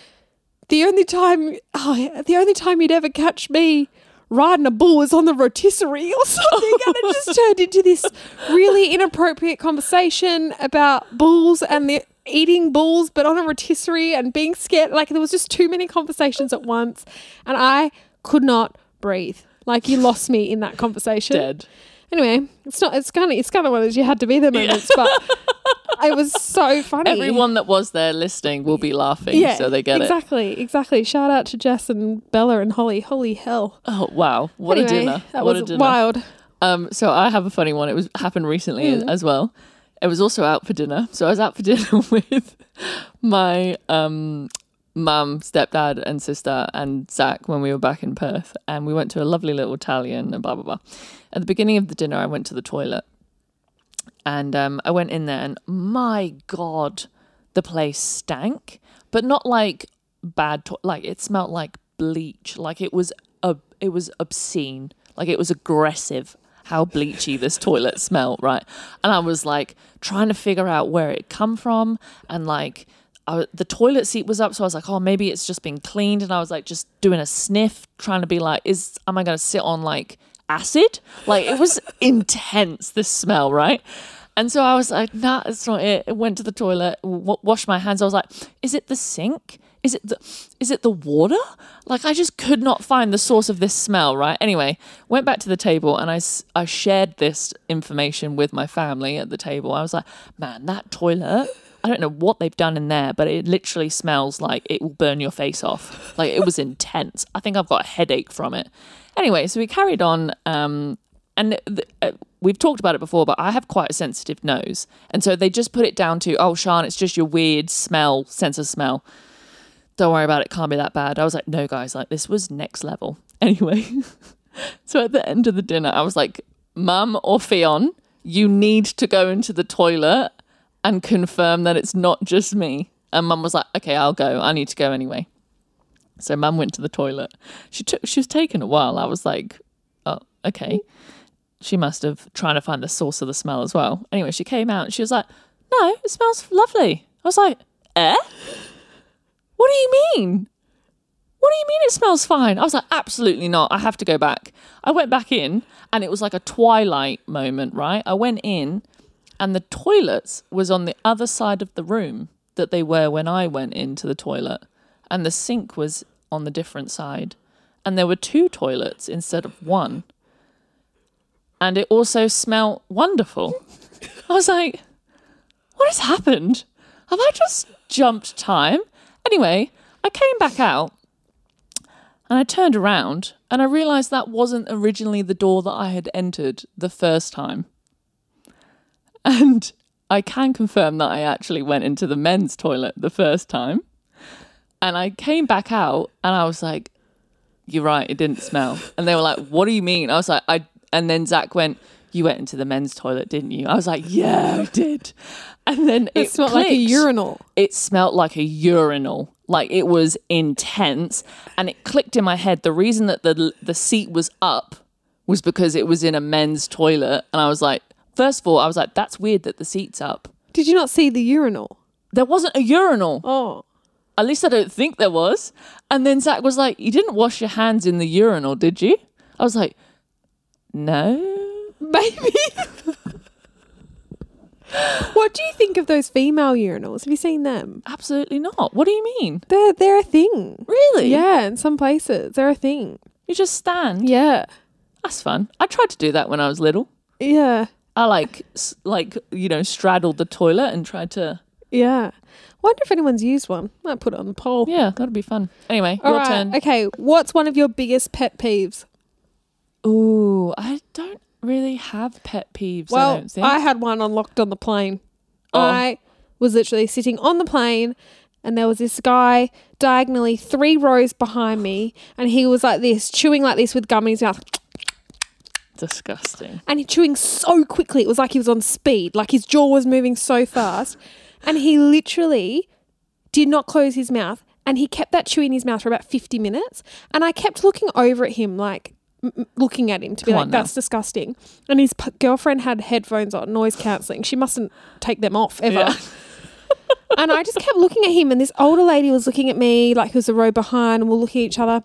the only time, oh, yeah, the only time you'd ever catch me riding a bull was on the rotisserie or something. and it just turned into this really inappropriate conversation about bulls and the eating bulls, but on a rotisserie and being scared. Like there was just too many conversations at once, and I could not breathe. Like you lost me in that conversation. Dead. Anyway, it's not. It's kind of. It's kind of one of those you had to be there moments, but it was so funny. Everyone that was there listening will be laughing, so they get it. exactly, Exactly, Shout out to Jess and Bella and Holly. Holy hell! Oh wow, what Anyway, a dinner! That what was a dinner! wild. Um, so I have a funny one. It was happened recently Mm. as well. It was also out for dinner. So I was out for dinner with my um mum, stepdad, and sister and Zach when we were back in Perth, and we went to a lovely little Italian and blah blah blah. At the beginning of the dinner, I went to the toilet, and um, I went in there, and my god, the place stank, but not like bad. To- like it smelled like bleach. Like it was ob- it was obscene. Like it was aggressive. How bleachy this toilet smelled, right? And I was like trying to figure out where it come from, and like I, the toilet seat was up, so I was like, oh, maybe it's just been cleaned. And I was like, just doing a sniff, trying to be like, is am I going to sit on like acid? Like it was intense. This smell, right? And so I was like, nah, that's not it. I went to the toilet, w- washed my hands. I was like, is it the sink? Is it the is it the water? Like I just could not find the source of this smell, right? Anyway, went back to the table and I, s- I shared this information with my family at the table. I was like, man, that toilet I don't know what they've done in there, but it literally smells like it will burn your face off. Like it was intense. I think I've got a headache from it. Anyway, so we carried on. Um, and th- uh, we've talked about it before, but I have quite a sensitive nose. And so they just put it down to, oh, Sean, it's just your weird smell, sense of smell. don't worry about it, can't be that bad. I was like, no, guys, like this was next level. Anyway, so at the end of the dinner, I was like, Mum or Fion, you need to go into the toilet and confirm that it's not just me. And Mum was like, okay, I'll go. I need to go anyway. So Mum went to the toilet. She took. She was taking a while. I was like, oh, okay. She must have trying to find the source of the smell as well. Anyway, she came out and she was like, no, it smells lovely. I was like, eh? What do you mean? What do you mean it smells fine? I was like, absolutely not. I have to go back. I went back in and it was like a twilight moment, right? I went in and the toilets was on the other side of the room that they were when I went into the toilet. And the sink was on the different side. And there were two toilets instead of one. And it also smelt wonderful. I was like, what has happened? Have I just jumped time? Anyway, I came back out and I turned around and I realized that wasn't originally the door that I had entered the first time. And I can confirm that I actually went into the men's toilet the first time. And I came back out and I was like, You're right, it didn't smell. And they were like, What do you mean? I was like, I and then Zach went, You went into the men's toilet, didn't you? I was like, Yeah, I did. And then it, It smelled like a clicked urinal. it smelt like a urinal. Like it was intense, and it clicked in my head. The reason that the the seat was up was because it was in a men's toilet, and I was like, first of all, I was like, that's weird that the seat's up. Did you not see the urinal? There wasn't a urinal. Oh. At least I don't think there was. And then Zach was like, you didn't wash your hands in the urinal, did you? I was like, no. Maybe. what do you think of those female urinals? Have you seen them? Absolutely not. What do you mean? They're they're a thing. Really? Yeah, in some places they're a thing. You just stand. Yeah. That's fun. I tried to do that when I was little. Yeah. I like s- like you know straddled the toilet and tried to Yeah. Wonder if anyone's used one. Might put it on the poll. yeah that'd be fun. Anyway, All your right. turn. Okay. What's one of your biggest pet peeves? Ooh, I don't really have pet peeves. I Well, don't think. I had one unlocked on the plane. Oh. I was literally sitting on the plane and there was this guy diagonally three rows behind me and he was like this, chewing like this with gum in his mouth Disgusting. and he chewing so quickly. It was like he was on speed, like his jaw was moving so fast. and he literally did not close his mouth and he kept that chew in his mouth for about 50 minutes. And I kept looking over at him, like m- m- looking at him to be Come like, on now. that's disgusting. And his p- girlfriend had headphones on, noise cancelling. She mustn't take them off ever. Yeah. and I just kept looking at him, and this older lady was looking at me, like who was a row behind, and we're looking at each other.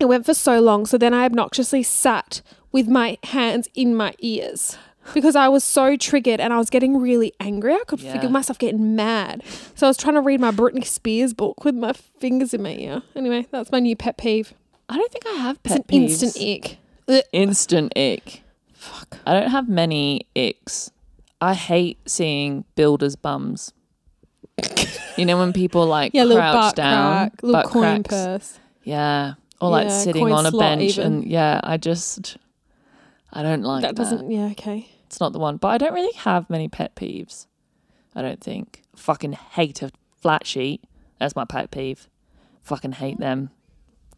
It went for so long. So then I obnoxiously sat with my hands in my ears because I was so triggered and I was getting really angry. I could Yeah. figure myself getting mad. So I was trying to read my Britney Spears book with my fingers in my ear. Anyway, that's my new pet peeve. I don't think I have It's pet an peeves. instant ick. Instant ick. Fuck. I don't have many icks. I hate seeing builders' bums. you know when people like Yeah, little crouch butt down, crack, little butt coin cracks. purse. Yeah, or like Yeah, sitting coin on a slot bench, even. and yeah, I just I don't like That doesn't, yeah, okay. It's not the one. But I don't really have many pet peeves. I don't think. Fucking hate a flat sheet. That's my pet peeve. Fucking hate them.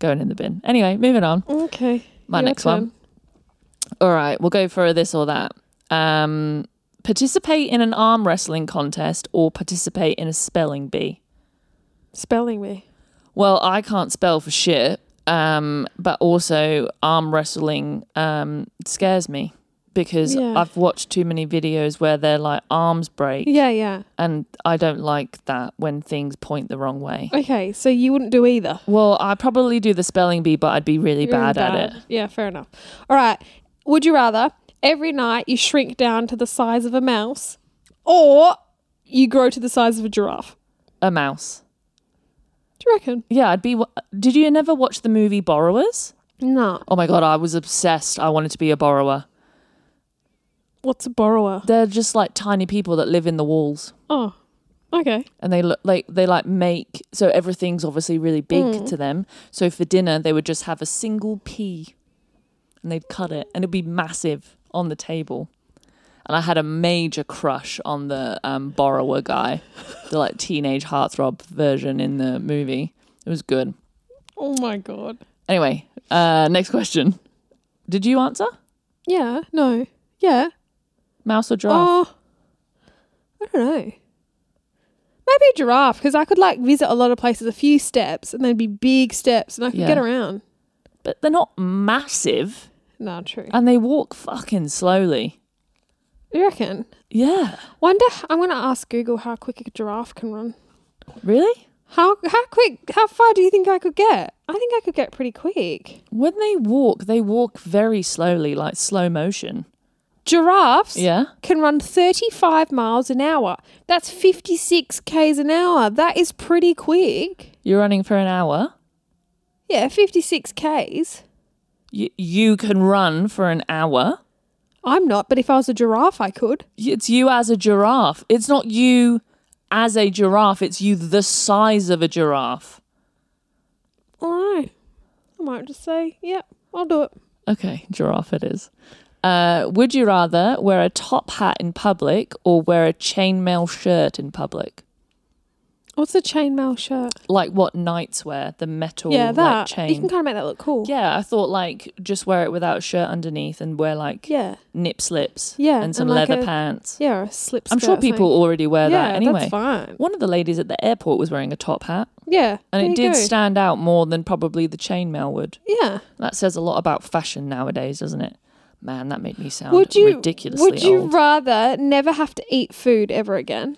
Going in the bin. Anyway, moving on. Okay. My your next one. turn. All right, we'll go for this or that. Um, participate in an arm wrestling contest or participate in a spelling bee. Spelling me. Well, I can't spell for shit. Um, but also arm wrestling um scares me because Yeah. I've watched too many videos where their like arms break Yeah, yeah. and I don't like that when things point the wrong way. Okay, so you wouldn't do either. Well, I probably do the spelling bee, but I'd be really You're really bad, at it. Yeah, fair enough. All right. Would you rather every night you shrink down to the size of a mouse or you grow to the size of a giraffe? A mouse. Do you reckon? Yeah, I'd be. wa- Did you never watch the movie Borrowers? No. Oh my god, I was obsessed. I wanted to be a borrower. What's a borrower? They're just like tiny people that live in the walls, Oh, okay. and they look like they like make so everything's obviously really big to them. So for dinner, they would just have a single pea, and they'd cut it, and it'd be massive on the table. And I had a major crush on the um, borrower guy, the like teenage heartthrob version in the movie. It It was good. Oh my god. Anyway, uh, next question. Did you answer Yeah. No. Yeah. mouse or giraffe? Oh, I don't know. Maybe a giraffe because I could like visit a lot of places, a few steps, and there'd be big steps, and I could Yeah. get around. But they're not massive, Nah, true. and they walk fucking slowly. you reckon? Yeah. Wonder. I'm gonna ask Google how quick a giraffe can run. Really? How how quick? How far do you think I could get? I think I could get pretty quick. When they walk, they walk very slowly, like slow motion. Giraffes Yeah. can run 35 miles an hour. That's 56 k's an hour. That is pretty quick. You're running for an hour. Yeah, 56 k's. Y- you can run for an hour. I'm not, but if I was a giraffe, I could. It's you as a giraffe. It's not you as a giraffe. It's you the size of a giraffe. All right. I might just say, yep, I'll do it. Okay, giraffe it is. Uh, would you rather wear a top hat in public or wear a chainmail shirt in public? What's a chainmail shirt? Like what knights wear, the metal yeah, like, that. chain. you can kind of make that look cool. yeah, I thought like just wear it without a shirt underneath and wear like Yeah. nip slips Yeah, and some and, like, leather a- pants. Yeah, or a slip I'm sure skirt or something. people already wear yeah, that anyway. that's fine. One of the ladies at the airport was wearing a top hat, Yeah. and there it you did go. stand out more than probably the chainmail would. Yeah. That says a lot about fashion nowadays, doesn't it? Man, that made me sound Would you ridiculously Would you old. rather never have to eat food ever again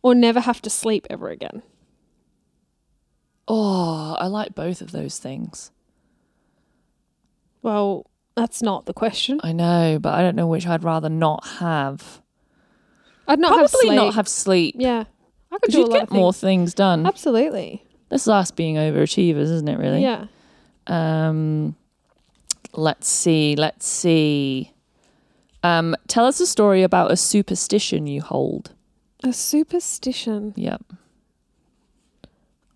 or never have to sleep ever again? oh, I like both of those things. Well, that's not the question. I know, but I don't know which I'd rather not have. I'd not have Probably sleep. not have sleep. yeah. I could Because do a you'd lot of get things. more things done. Absolutely. This is us being overachievers, isn't it, really? Yeah. Um, let's see. Let's see. Um, tell us a story about a superstition you hold. A superstition. Yep.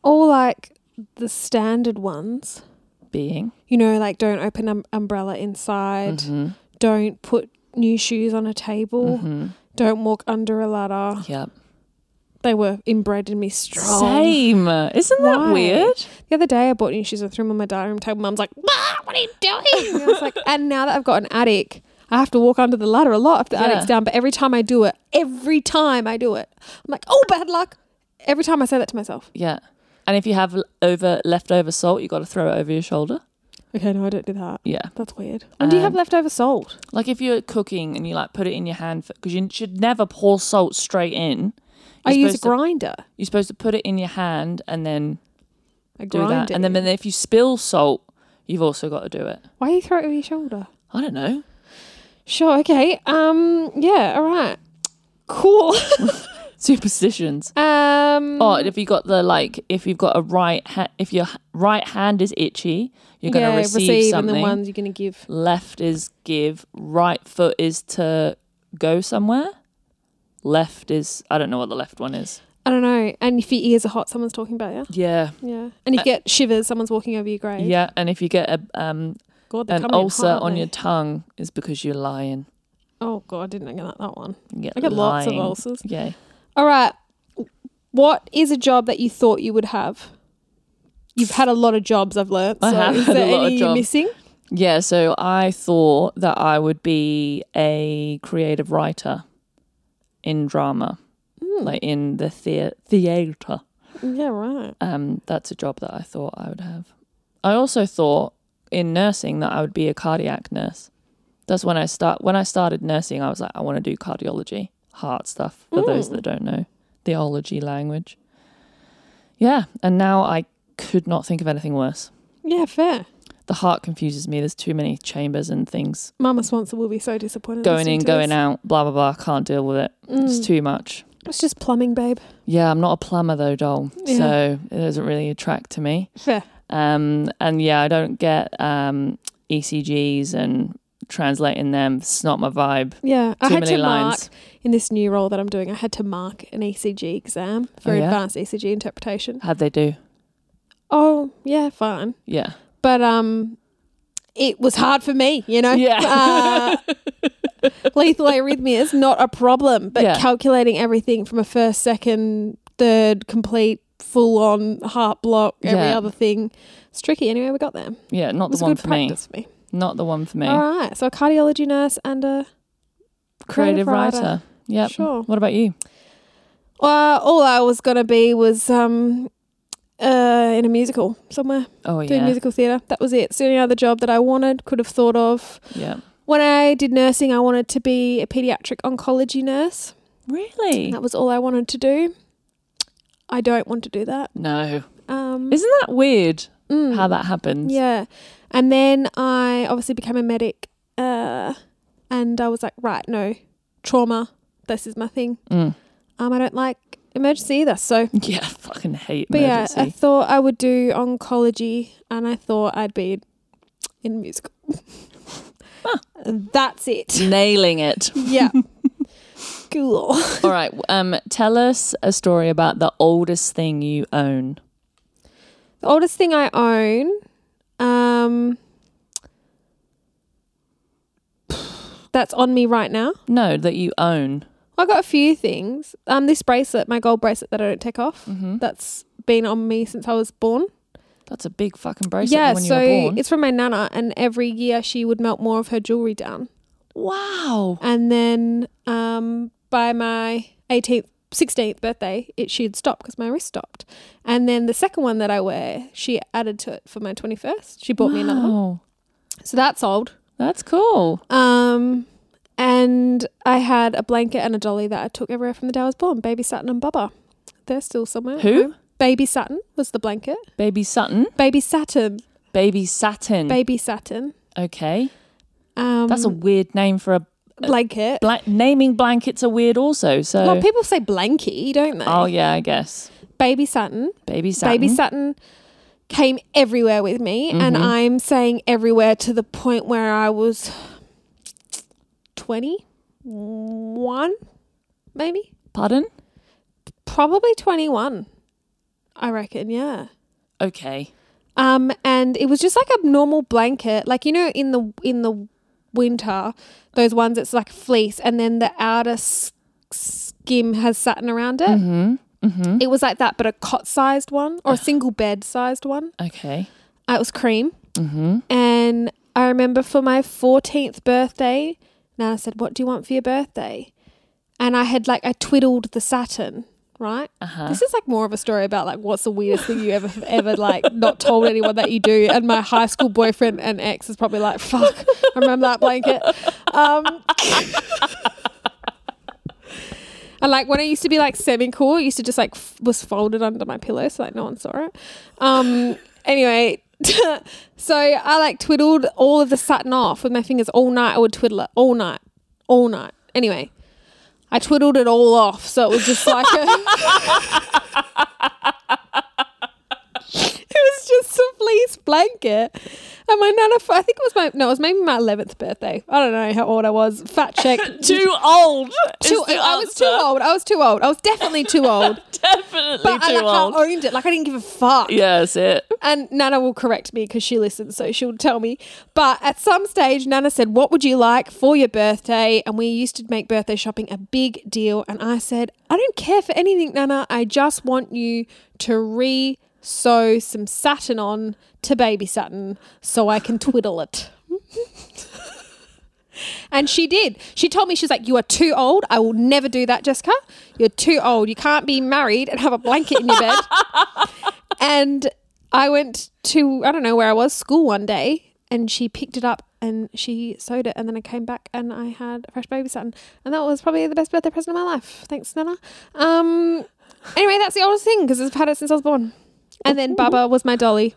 Or like the standard ones. Being. You know, like don't open an umbrella inside. Mhm. Don't put new shoes on a table. Mhm. Don't walk under a ladder. Yep. They were inbred in me strong. Same. Isn't that Right. weird? The other day I bought new shoes and threw them on my dining room table. Mum's like, "Ma, what are you doing? And I was like, and now that I've got an attic, I have to walk under the ladder a lot if the Yeah. attic's down. But every time I do it, every time I do it, I'm like, oh, bad luck. Every time I say that to myself. Yeah. And if you have l- over leftover salt, you got to throw it over your shoulder. Okay, no, I don't do that. Yeah. That's weird. And do you have Um, leftover salt? Like if you're cooking and you like put it in your hand because you should never pour salt straight in. I use a supposed to- grinder. You're supposed to put it in your hand and then I do grind that. it. And then, in. and then if you spill salt, you've also got to do it. Why you throw it over your shoulder? I don't know. Sure, okay. Um yeah, all right. Cool. Superstitions. Um Oh, and if you got the like, if you've got a right, ha- if your h- right hand is itchy, you're going to yeah, receive, and the something. ones you're gonna give. Left is give. Right foot is to go somewhere. Left is I don't know what the left one is. I don't know. And if your ears are hot, someone's talking about you. Yeah, Uh, Yeah. And if you get shivers, someone's walking over your grave. yeah. And if you get a um God, they're an coming in ulcer hard, on your aren't tongue, is because you're lying. they? oh god, I didn't get that one. You get I get lots of lying. ulcers. Yeah. All right. What is a job that you thought you would have? You've had a lot of jobs, I've learnt. I so have is had a there lot of any you're jobs. missing? Yeah. So I thought that I would be a creative writer in drama, like in the thea- theater. Yeah, right. um, that's a job that I thought I would have. I also thought in nursing that I would be a cardiac nurse. That's when I start when I started nursing. I was like, I want to do cardiology, heart stuff. For those that don't know theology language, yeah. And now I could not think of anything worse. Yeah, fair. The heart confuses me. There's too many chambers and things Mama Swanson will be so disappointed. going in, going out. out. Blah blah blah. Can't deal with it. It's too much. Mm. It's just plumbing, babe. Yeah, I'm not a plumber though, doll. Yeah. So it doesn't really attract to me. Fair. Um, and yeah, I don't get um, ECGs and translating them. It's not my vibe. Yeah, I Too had many to lines. mark in this new role that I'm doing. I had to mark an ECG exam for Oh, yeah? advanced ECG interpretation. How'd they do? Oh, yeah, fine. Yeah. But um, it was hard for me, you know. Yeah. Uh, lethal arrhythmia is not a problem, but Yeah. calculating everything from a first, second, third complete full on heart block, every Yeah. other thing. It's tricky. Anyway, we got there. It Yeah, not was the one good for practice for me. me. Not the one for me. All right. So a cardiology nurse and a Creative creative writer. writer. Yep. Sure. What about you? Uh, all I was gonna be was um, uh, in a musical somewhere Oh doing yeah. musical theatre. That was it. It's the only other job that I wanted, could have thought of. Yeah. When I did nursing, I wanted to be a paediatric oncology nurse. Really? That was all I wanted to do. I don't want to do that. No. Um, Isn't that weird mm, how that happens? Yeah, and then I obviously became a medic, uh, and I was like, right, no, trauma. This is my thing. Mm. Um, I don't like emergency either, so Yeah, I fucking hate But yeah, emergency. I thought I would do oncology and I thought I'd be in musical. That's it. Nailing it. Yeah. cool. All right. Um, tell us a story about the oldest thing you own. The oldest thing I own, um, that's on me right now. No, that you own. I got a few things. Um, this bracelet, my gold bracelet that I don't take off, Mhm. that's been on me since I was born. That's a big fucking bracelet yeah, for when so you were born. it's from my nana, and every year she would melt more of her jewelry down. Wow. And then um, by my 18th, 16th birthday, it she'd stopped because my wrist stopped. And then the second one that I wear, she added to it for my 21st. She bought me another one. Wow. So that's old. That's cool. Um, and I had a blanket and a dolly that I took everywhere from the day I was born. Baby Satin and Bubba. They're still somewhere. Who? Baby Satin was the blanket. Baby Sutton. Baby Satin. Baby Satin. Baby Satin. okay. Um, Hmm. That's a weird name for a blanket. bla- naming blankets are weird also. So Well, people say blankie, don't they? Oh yeah, I guess. Baby Satin. Baby Satin. Baby Satin came everywhere with me, and Mhm. I'm saying everywhere to the point where I was 21, maybe? Pardon? Probably 21, I reckon, yeah. Okay. Um, and it was just like a normal blanket, like you know, in the in the winter, those ones that's like fleece, and then the outer s- skim has satin around it. Mm-hmm. Mm-hmm. It was like that, but a cot-sized one or a single bed-sized one. Okay. Uh, It was cream. Mm-hmm. And I remember for my 14th birthday, Nana said, What do you want for your birthday? And I had like, I twiddled the Saturn, right? Uh-huh. This is like more of a story about like what's the weirdest thing you ever, ever like not told anyone that you do. And my high school boyfriend and ex is probably like, Fuck, I remember that blanket. Um, and like when I used to be like semi cool, it used to just like f- was folded under my pillow so like no one saw it. Um, anyway, so I like twiddled all of the satin off with my fingers all night. I would twiddle it all night, all night. Anyway, I twiddled it all off, so it was just like a. It was just a fleece blanket, and my nana. I think it was my no, it was maybe my eleventh birthday. I don't know how old I was. Fat check. Too old. is Too, the I was too answer. old. I was too old. I was definitely too old. Definitely But I too like, old. I owned it. Like I didn't give a fuck. Yeah, that's it. And Nana will correct me because she listens, so she'll tell me. But at some stage, Nana said, What would you like for your birthday? And we used to make birthday shopping a big deal. And I said, I don't care for anything, Nana. I just want you to re sew some satin on to baby satin so I can twiddle it. And she did. She told me, she's like, You are too old. I will never do that, Jessica. You're too old. You can't be married and have a blanket in your bed. and I went to, I don't know where I was, school one day, and she picked it up and she sewed it. And then I came back and I had a fresh baby satin. And that was probably the best birthday present of my life. Thanks, Nana. Um, anyway, that's the oldest thing because I've had it since I was born. And then Baba was my dolly.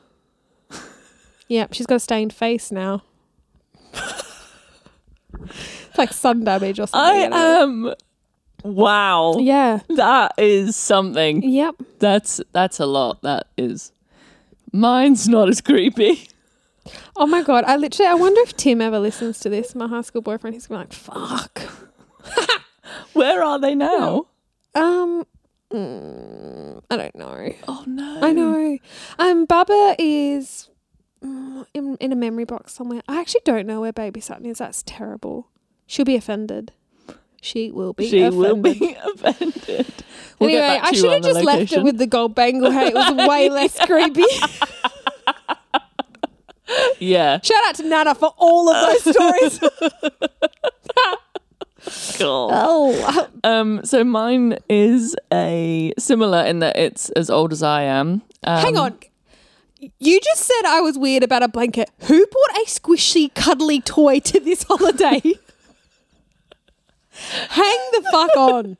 Yep, she's got a stained face now. It's like sun damage or I something. don't know. am. Wow. Yeah. That is something. Yep. That's that's a lot. That is. Mine's not as creepy. Oh my god! I literally, I wonder if Tim ever listens to this. My high school boyfriend, he's gonna be like, "Fuck." Where are they now? Oh. Um, mm, I don't know. Oh no. I know. Um, Baba is mm, in in a memory box somewhere. I actually don't know where Baby Sutton is. That's terrible. She'll be offended. She will be. she will offended. be offended. We'll get Anyway, back I to you should on have the just left it location. with the gold bangle. Hey, it was way less creepy. yeah. Shout out to Nana for all of those stories. Cool. oh, Uh, Um, so mine is a similar in that it's as old as I am. Um, hang on. You just said I was weird about a blanket. Who bought a squishy, cuddly toy to this holiday? Hang the fuck on.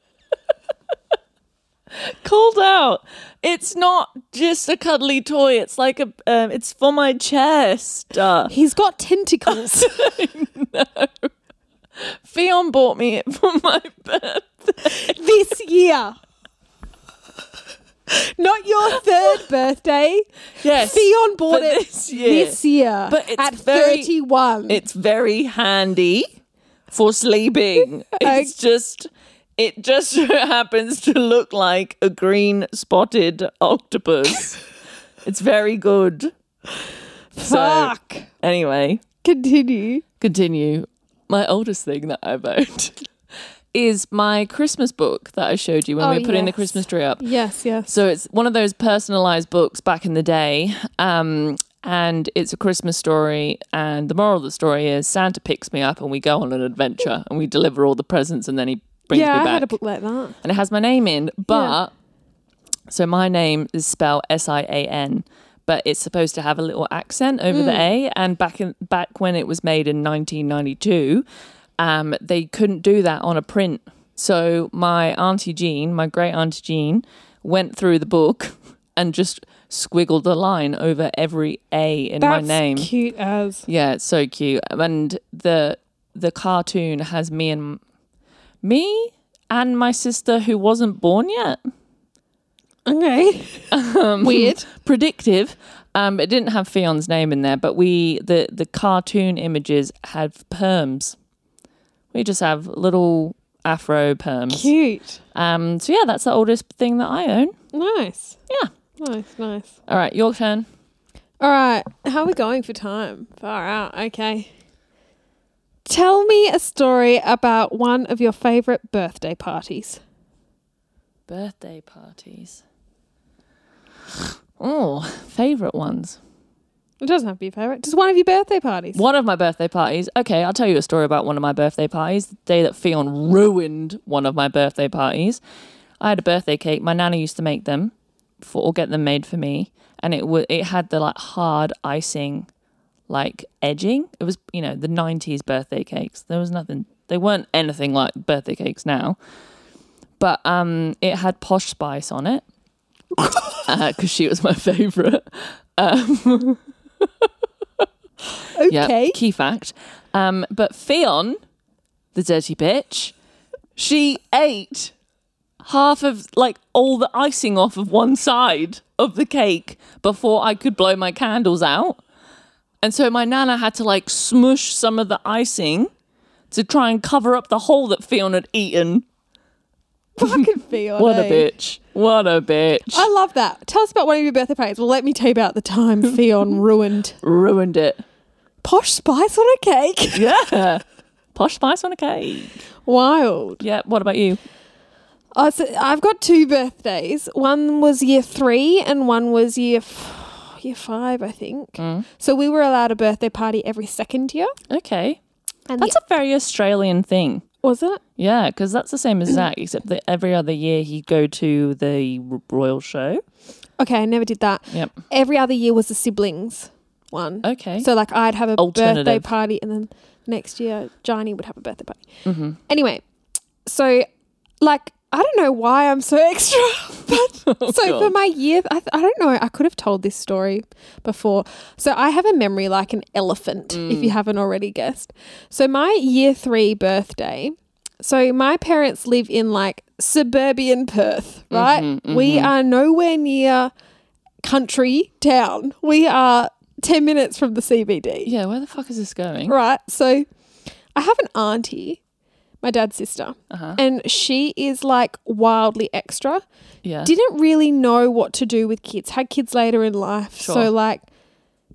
called out. It's not just a cuddly toy. It's like a. Um, it's for my chest. Uh, He's got tentacles. Fion bought me it for my birthday. this year. Not your third birthday. Yes, Theon bought for it this year. this year But it's at very- 31. It's very handy for sleeping. It's just. It just happens to look like a green spotted octopus. it's very good. So, Fuck. Anyway, Continue. continue. My oldest thing that I've owned is my Christmas book that I showed you when Oh, we were putting the yes. Christmas tree up. Yes, yes. So it's one of those personalized books back in the day. Um, and it's a Christmas story. And the moral of the story is Santa picks me up and we go on an adventure and we deliver all the presents and then he brings me yeah, back. I had a book like that. And it has my name in, but so my name is spelled S I A N, but it's supposed to have a little accent over the A. And back in back when it was made in 1992, um, they couldn't do that on a print. So my auntie Jean, my great auntie Jean, went through the book and just squiggled a line over every A in my name. cute as. Yeah, it's so cute. And the the cartoon has me and me and my sister who wasn't born yet. Um, Okay. Weird. Predictive. Um, it didn't have Fion's name in there, but we the the cartoon images have perms. We just have little afro perms. Cute. Um, so yeah, that's the oldest thing that I own. Nice. Yeah. Nice, nice. All right, your turn. All right. How are we going for time? Far out. Okay. Tell me a story about one of your favorite birthday parties. Birthday parties. Oh, favorite ones. It doesn't have to be your favorite. Just one of your birthday parties. One of my birthday parties. Okay, I'll tell you a story about one of my birthday parties. The day that Fionn ruined one of my birthday parties. I had a birthday cake. My nana used to make them for, or get them made for me, and it wa it had the like hard icing, like edging. It was you know the '90s birthday cakes. There was nothing. They weren't anything like birthday cakes now, but um, it had posh spice on it because she was my favorite. Um, Yeah, Okay. key fact. Um, but Fionn, the dirty bitch, she ate half of like all the icing off of one side of the cake before I could blow my candles out. And so my nana had to like smush some of the icing to try and cover up the hole that Fionn had eaten. Fucking Fiona. What a bitch. What a bitch. I love that. Tell us about one of your birthday parties. Well, let me tell you about the time Theon ruined Ruined it. posh spice on a cake. Yeah. Posh spice on a cake. Wild. Yeah, what about you? Oh, so I've got two birthdays. One was year three, and one was year f- year five, I think. Mm. So we were allowed a birthday party every second year. Okay. And That's a very Australian thing. the- was it? Yeah, because that's the same as Zach, except that every other year he'd go to the r- royal show. Okay, I never did that. Yep. Every other year was the siblings one. Okay. So like I'd have a birthday Alternative. party, and then next year Johnny would have a birthday party. Mm-hmm. Anyway, so like I don't know why I'm so extra, but so for God. my year, I, I don't know. I could have told this story before. So I have a memory like an elephant, if you haven't already guessed. So my year three birthday. So my parents live in like suburban Perth, right? We are nowhere near country town. We are 10 minutes from the CBD. yeah, where the fuck is this going? Right. So I have an auntie, my dad's sister, Uh-huh. and she is like wildly extra. Yeah. Didn't really know what to do with kids, had kids later in life. Sure. So, like,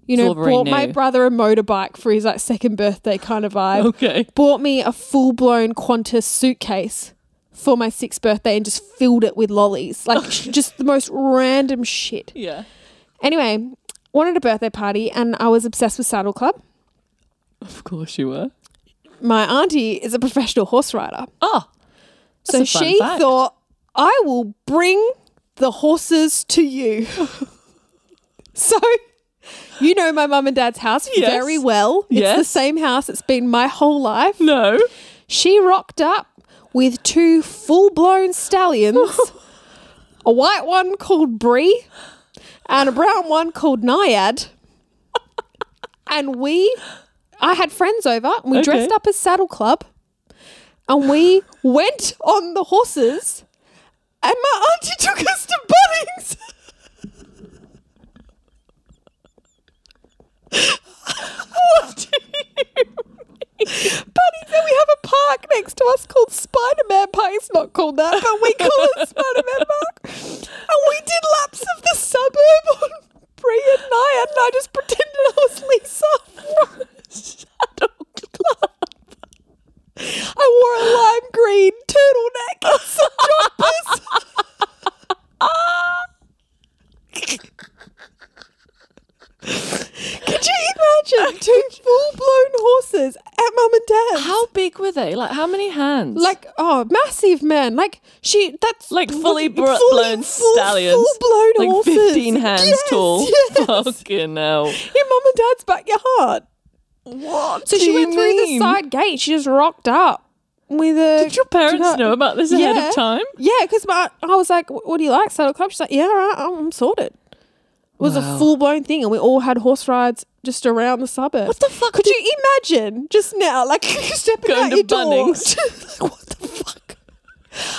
You know, all very bought my new. Oh. brother a motorbike for his like second birthday kind of vibe. Okay. Bought me a full blown Qantas suitcase for my sixth birthday and just filled it with lollies. Like just the most random shit. Yeah. Anyway, wanted a birthday party and I was obsessed with Saddle Club. Of course you were. My auntie is a professional horse rider. Oh. So That's a fun she fact. thought, I will bring the horses to you. so, you know my mum and dad's house Yes. very well. It's the Yes. same house it's been my whole life. No. She rocked up with two full blown stallions a white one called Brie and a brown one called Naiad. And we, I had friends over and we Okay. dressed up as Saddle Club and we went on the horses and my auntie took us to Bunnings. what do you Bunnings, and we have a park next to us called Spider Man Park. It's not called that, but we call it Spider Man Park. And we did laps of the suburb on Brie and Nyan, and I just pretended I was Lisa from Saddle Club. I wore a lime green turtleneck and some jumpers. Could you imagine two full blown horses at mum and dad's? How big were they? Like how many hands? like oh massive man like she that's Like fully bro- fully- blown full- stallions. full blown like horses. 15 hands Yes, tall. yes. Fucking hell. in mum and dad's backyard What? so she went through the side gate she just rocked up with a Did your parents know about this ahead Yeah. of time? yeah because my I was like "Wh- what do you like saddle club she's like yeah all right I'm sorted it was a Wow. full blown thing and we all had horse rides just around the suburb What the fuck? could you imagine just now, like stepping Going out to your door? Bunnings. like, what the fuck?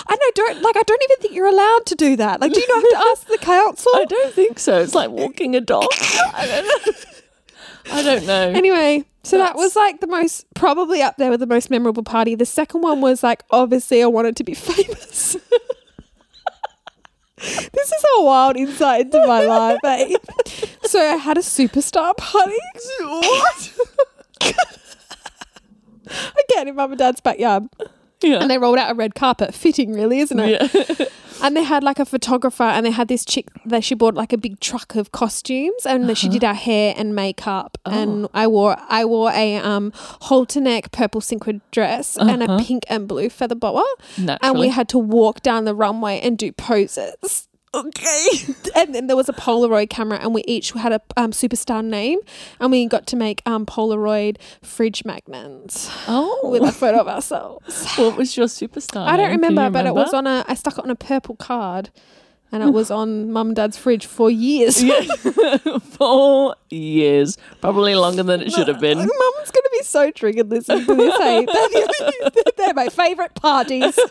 I know. Don't like. I don't even think you're allowed to do that. Like, do you not have to ask the council? I don't think so. It's like walking a dog. I don't know. I don't know. Anyway, so that That's- was like the most probably up there with the most memorable party. The second one was like obviously I wanted to be famous. this is a wild insight into my life. eh? So I had a superstar party. What? Again, in mum and dad's backyard. yeah. And they rolled out a red carpet. Fitting, really, isn't it? yeah. And they had like a photographer, and they had this chick that she bought like a big truck of costumes, and that she did our hair and makeup. And I wore I wore a um halter neck purple cinquin dress and a pink and blue feather boa, and Naturally. we had to walk down the runway and do poses. Okay. and then there was a Polaroid camera, and we each had a um, superstar name, and we got to make um Polaroid fridge magnets with oh. a photo of ourselves. What was your superstar? I don't name? Can remember, you but it was on a. I stuck it on a purple card, and it was on mum and dad's fridge for years. Yeah. Four years. Probably longer than it should have been. Mum's gonna be so triggered listening to this. Hey, they're, the- they're my favourite parties.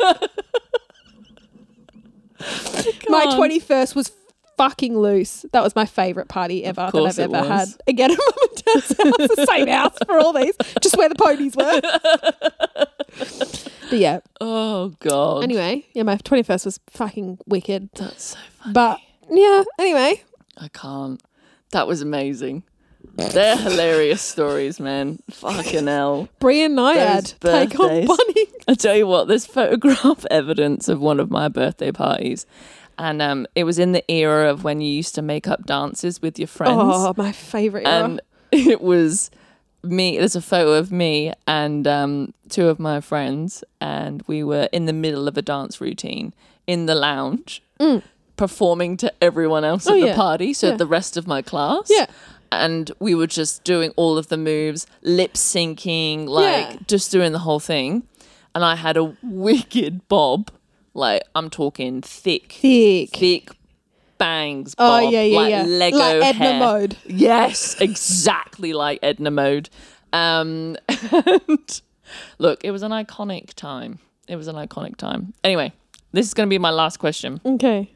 my on. twenty first was fucking loose. That was my favourite party ever that course I've it ever had. was. Again, at mum and dad's house, the same house for all these, just where the ponies were. but yeah. Oh, God. Anyway, yeah, my twenty first was fucking wicked. That's so funny. But yeah, anyway. I can't. That was amazing. They're hilarious stories, man. Fucking hell. Brie and Naiad Those take on birthdays. Bunny. I tell you what, there's photograph evidence of one of my birthday parties. And um, it was in the era of when you used to make up dances with your friends. Um, Oh, my favorite era. and it was me there's a photo of me and um, two of my friends and we were in the middle of a dance routine in the lounge performing to everyone else Mm. Oh, at the yeah. party so Yeah. the rest of my class Yeah. and we were just doing all of the moves lip syncing like Yeah. just doing the whole thing and i had a wicked bob like i'm talking thick Thick. thick bangs Oh, bob yeah, yeah, like yeah. lego Like Edna hair. Mode. yes exactly like edna mode um and look it was an iconic time it was an iconic time anyway this is going to be my last question Okay.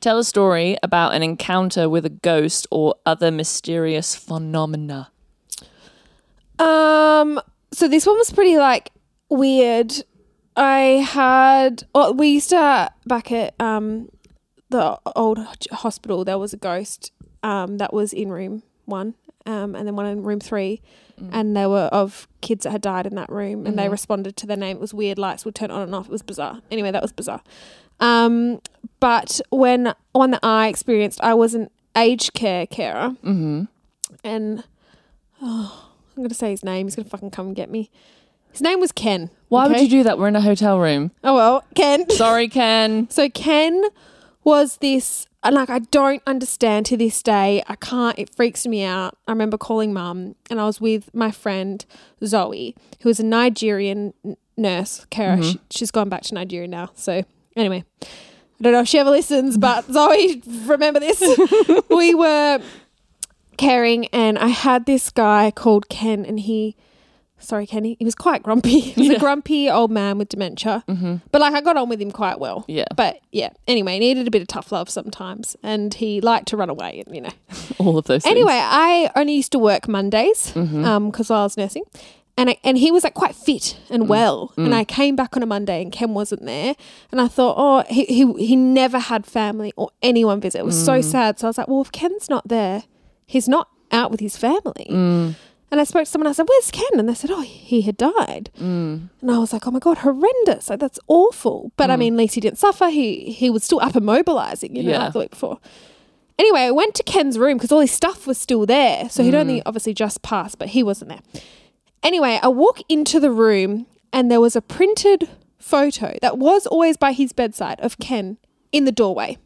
tell a story about an encounter with a ghost or other mysterious phenomena Um. So this one was pretty like weird. I had. Oh, we used to back at um the old h- hospital. There was a ghost. Um, that was in room one, um, and then one in room three, Mm. and they were of kids that had died in that room, and they Mhm. responded to their name. It was weird. Lights would turn on and off. It was bizarre. Anyway, that was bizarre. Um, but when one that I experienced, I was an aged care carer, Mm-hmm. and oh, I'm gonna say his name. He's gonna fucking come and get me. His name was Ken. Why would okay? you do that? We're in a hotel room. Oh well, Ken. Sorry, Ken. So Ken was this, and like I don't understand to this day. I can't. It freaks me out. I remember calling mum, and I was with my friend Zoe, who is a Nigerian n- nurse carer. She, she's gone back to Nigeria now. So anyway, I don't know if she ever listens, but Zoe, remember this. we were caring, and I had this guy called Ken, and he. Sorry, Kenny. He was quite grumpy. He was a grumpy old man with dementia. But like, I got on with him quite well. Yeah. But yeah, anyway, needed a bit of tough love sometimes, and he liked to run away, you know. All of those Anyway, I only used to work Mondays because while I was nursing, and I, and he was like quite fit and well, and I came back on a Monday and Ken wasn't there, and I thought, oh, he he, he never had family or anyone visit. It was so sad. So I was like, well, if Ken's not there, he's not out with his family. And I spoke to someone. I said, "Where's Ken?" And they said, "Oh, he had died." And I was like, "Oh my god, horrendous! Like that's awful." But I mean, at least he didn't suffer. He he was still up and mobilizing, you know, Yeah. like the week before. Anyway, I went to Ken's room because all his stuff was still there. So he'd only obviously just passed, but he wasn't there. Anyway, I walk into the room and there was a printed photo that was always by his bedside of Ken in the doorway.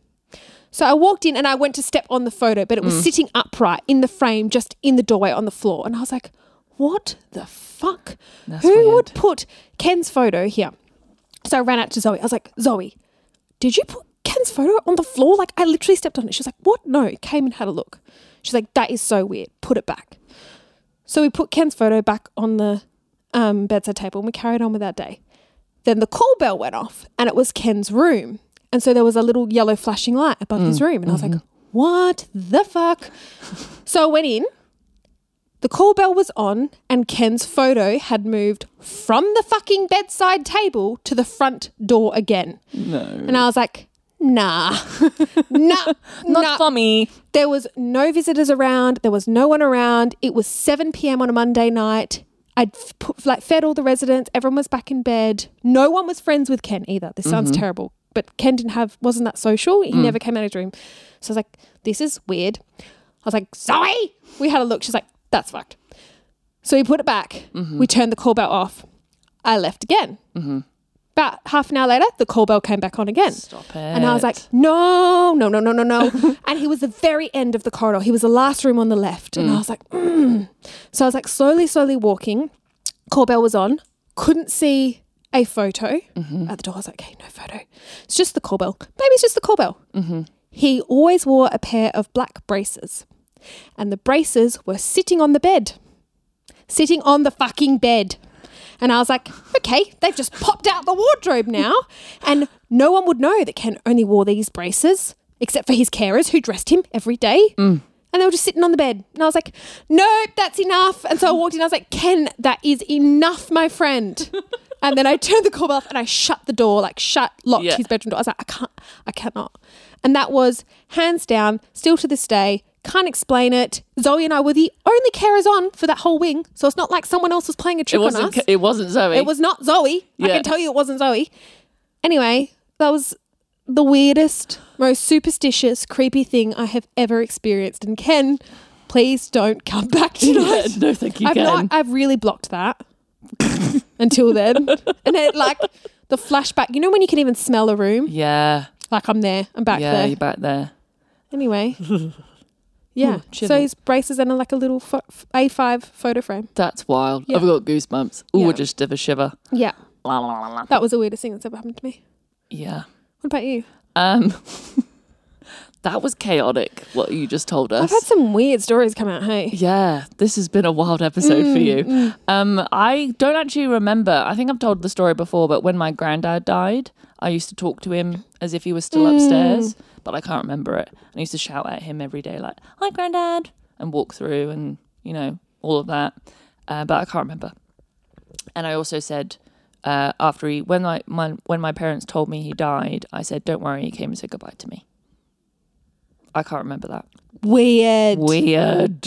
So I walked in and I went to step on the photo, but it Mm. was sitting upright in the frame, just in the doorway on the floor. And I was like, what the fuck? That's Who weird. would put Ken's photo here? So I ran out to Zoe. I was like, Zoe, did you put Ken's photo on the floor? Like, I literally stepped on it. She was like, what? No, came and had a look. She's like, that is so weird. Put it back. So we put Ken's photo back on the um, bedside table and we carried on with our day. Then the call bell went off and it was Ken's room. And so there was a little yellow flashing light above his room. And I was like, what the fuck? so I went in. The call bell was on and Ken's photo had moved from the fucking bedside table to the front door again. no, And I was like, nah, nah, not nah. for me. There was no visitors around. There was no one around. It was 7 p.m. on a Monday night. I'd f- put, like fed all the residents. Everyone was back in bed. No one was friends with Ken either. This sounds terrible, but Ken didn't have wasn't that social. He never came out of his room. So I was like, this is weird. I was like, Zoe, we had a look. She's like, that's fucked. So we put it back. We turned the call bell off. I left again. About half an hour later, the call bell came back on again. Stop it. And I was like, no, no, no, no, no, no. and he was the very end of the corridor. He was the last room on the left. And I was like, mm. so I was like slowly, slowly walking. Call bell was on. Couldn't see a photo at the door. I was like, okay, no photo. It's just the call bell. Maybe it's just the call bell. He always wore a pair of black braces. And the braces were sitting on the bed. Sitting on the fucking bed. And I was like, okay, they've just popped out the wardrobe now. And no one would know that Ken only wore these braces, except for his carers who dressed him every day. And they were just sitting on the bed. And I was like, nope, that's enough. And so I walked in, I was like, Ken, that is enough, my friend. and then I turned the call off and I shut the door, like shut, locked Yeah. his bedroom door. I was like, I can't, I cannot. And that was hands down, still to this day. Can't explain it. Zoe and I were the only carers on for that whole wing. So it's not like someone else was playing a it trick on us. wasn't. It wasn't Zoe. It was not Zoe. I Yeah. can tell you it wasn't Zoe. Anyway, that was the weirdest, most superstitious, creepy thing I have ever experienced. And Ken, please don't come back Yeah, tonight. no, thank you, I've Ken. not I've really blocked that until then. And it like the flashback, you know when you can even smell a room? yeah, Like I'm there, I'm back yeah, there. you're back there. Anyway. Yeah. so chills. his braces and like a little pho- A5 photo frame. That's wild. Yeah. I've got goosebumps. Ooh, Yeah. I just did a shiver. Yeah. La, la, la, la, la. That was the weirdest thing that's ever happened to me. Yeah. What about you? Um, that was chaotic. What you just told us. I've had some weird stories come out, hey? Yeah, this has been a wild episode for you. Um, I don't actually remember. I think I've told the story before, but when my granddad died, I used to talk to him as if he was still upstairs, but I can't remember it. I used to shout at him every day, like, hi, granddad, and walk through and, you know, all of that. Uh, but I can't remember. And I also said, uh, after he, when my, my, when my parents told me he died, I said, don't worry, he came and said goodbye to me. I can't remember that. Weird. Weird.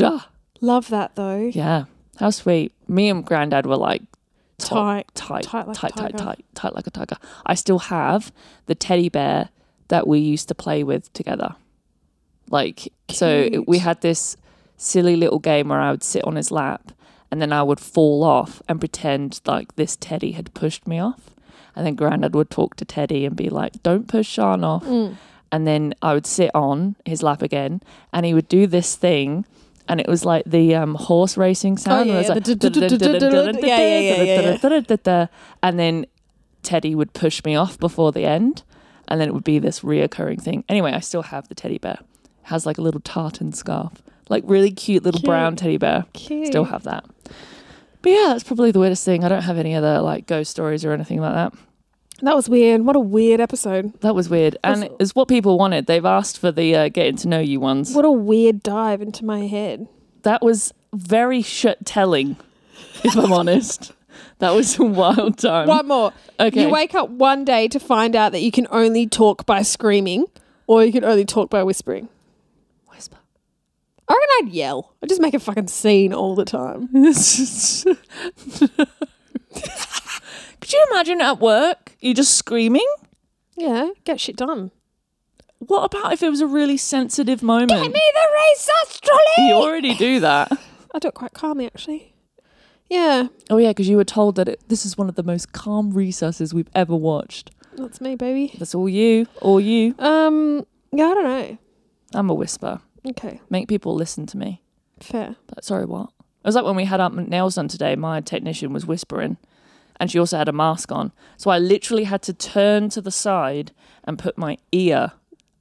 Love that though. Yeah. How sweet. Me and Grandad were like Tight. tight, tight, Tight tight, like a tight, tight, tiger. tight, like a tiger. I still have the teddy bear that we used to play with together. Like, so Cute. we had this silly little game where I would sit on his lap and then I would fall off and pretend like this teddy had pushed me off. And then Grandad would talk to Teddy and be like, don't push Sean off. And then I would sit on his lap again and he would do this thing. And it was like the um, horse racing sound. yeah, and it was yeah, like, the du- du- du- du- du- du- yeah, yeah, yeah, yeah, and then Teddy would push me off before the end. And then it would be this reoccurring thing. Anyway, I still have the teddy bear. Has like a little tartan scarf, like really cute little Cute. brown teddy bear. Cute. Still have that. But yeah, that's probably the weirdest thing. I don't have any other like ghost stories or anything like that. That was weird. What a weird episode. That was weird, and Also- it's what people wanted. They've asked for the uh, getting to know you ones. What a weird dive into my head. That was very shit telling, if I'm honest. That was a wild time. One more. okay. You wake up one day to find out that you can only talk by screaming or you can only talk by whispering. Whisper. I reckon I'd yell. I'd just make a fucking scene all the time. Could you imagine at work you just screaming? Yeah, get shit done. What about if it was a really sensitive moment? the racist trolley! You already do that. I do it quite calmly, actually. Yeah, Oh yeah, because you were told that it, this is one of the most calm recesses we've ever watched. that's me, baby. That's all you, all you. Um, yeah, I don't know. I'm a whisper. Okay, Make people listen to me. fair. But sorry, what? It was like when we had our nails done today, my technician was whispering and she also had a mask on. So I literally had to turn to the side and put my ear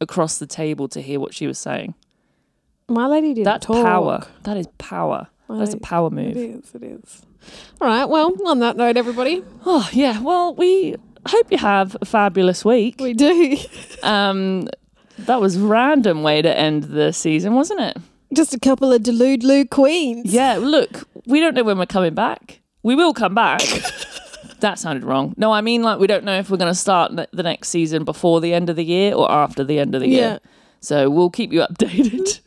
across the table to hear what she was saying. My lady didn't That's talk. power. That is power. My That's a lady- power It move. is, it is. All right, well, on that note, everybody, Oh, yeah. Well, we hope you have a fabulous week. we do. Um, that was random way to end the season, wasn't it? Just a couple of delude loo queens. Yeah, look, we don't know when we're coming back. We will come back. that sounded wrong. No, I mean, like, we don't know if we're going to start ne- the next season before the end of the year or after the end of the Yeah. year. So we'll keep you updated.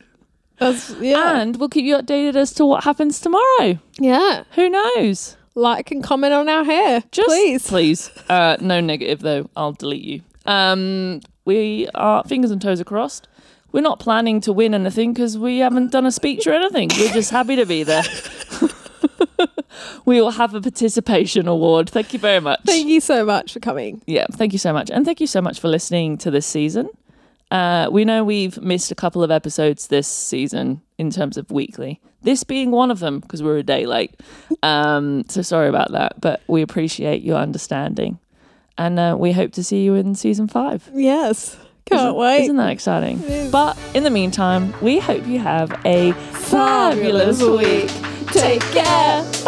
That's, yeah. And we'll keep you updated as to what happens tomorrow. yeah. Who knows? Like and comment on our hair. Just please. Please. Uh, no negative, though. I'll delete you. Um, we are fingers and toes are crossed. We're not planning to win anything because we haven't done a speech or anything. We're just happy to be there. we will have a participation award. Thank you very much. Thank you so much for coming. yeah, thank you so much. And thank you so much for listening to this season. Uh, we know we've missed a couple of episodes this season in terms of weekly, this being one of them because we're a day late. Um, so sorry about that, but we appreciate your understanding. And uh, we hope to see you in season five. Yes. Can't Isn't- wait. Isn't that exciting? is. But in the meantime, we hope you have a fabulous, Fabulous week. week. Take care.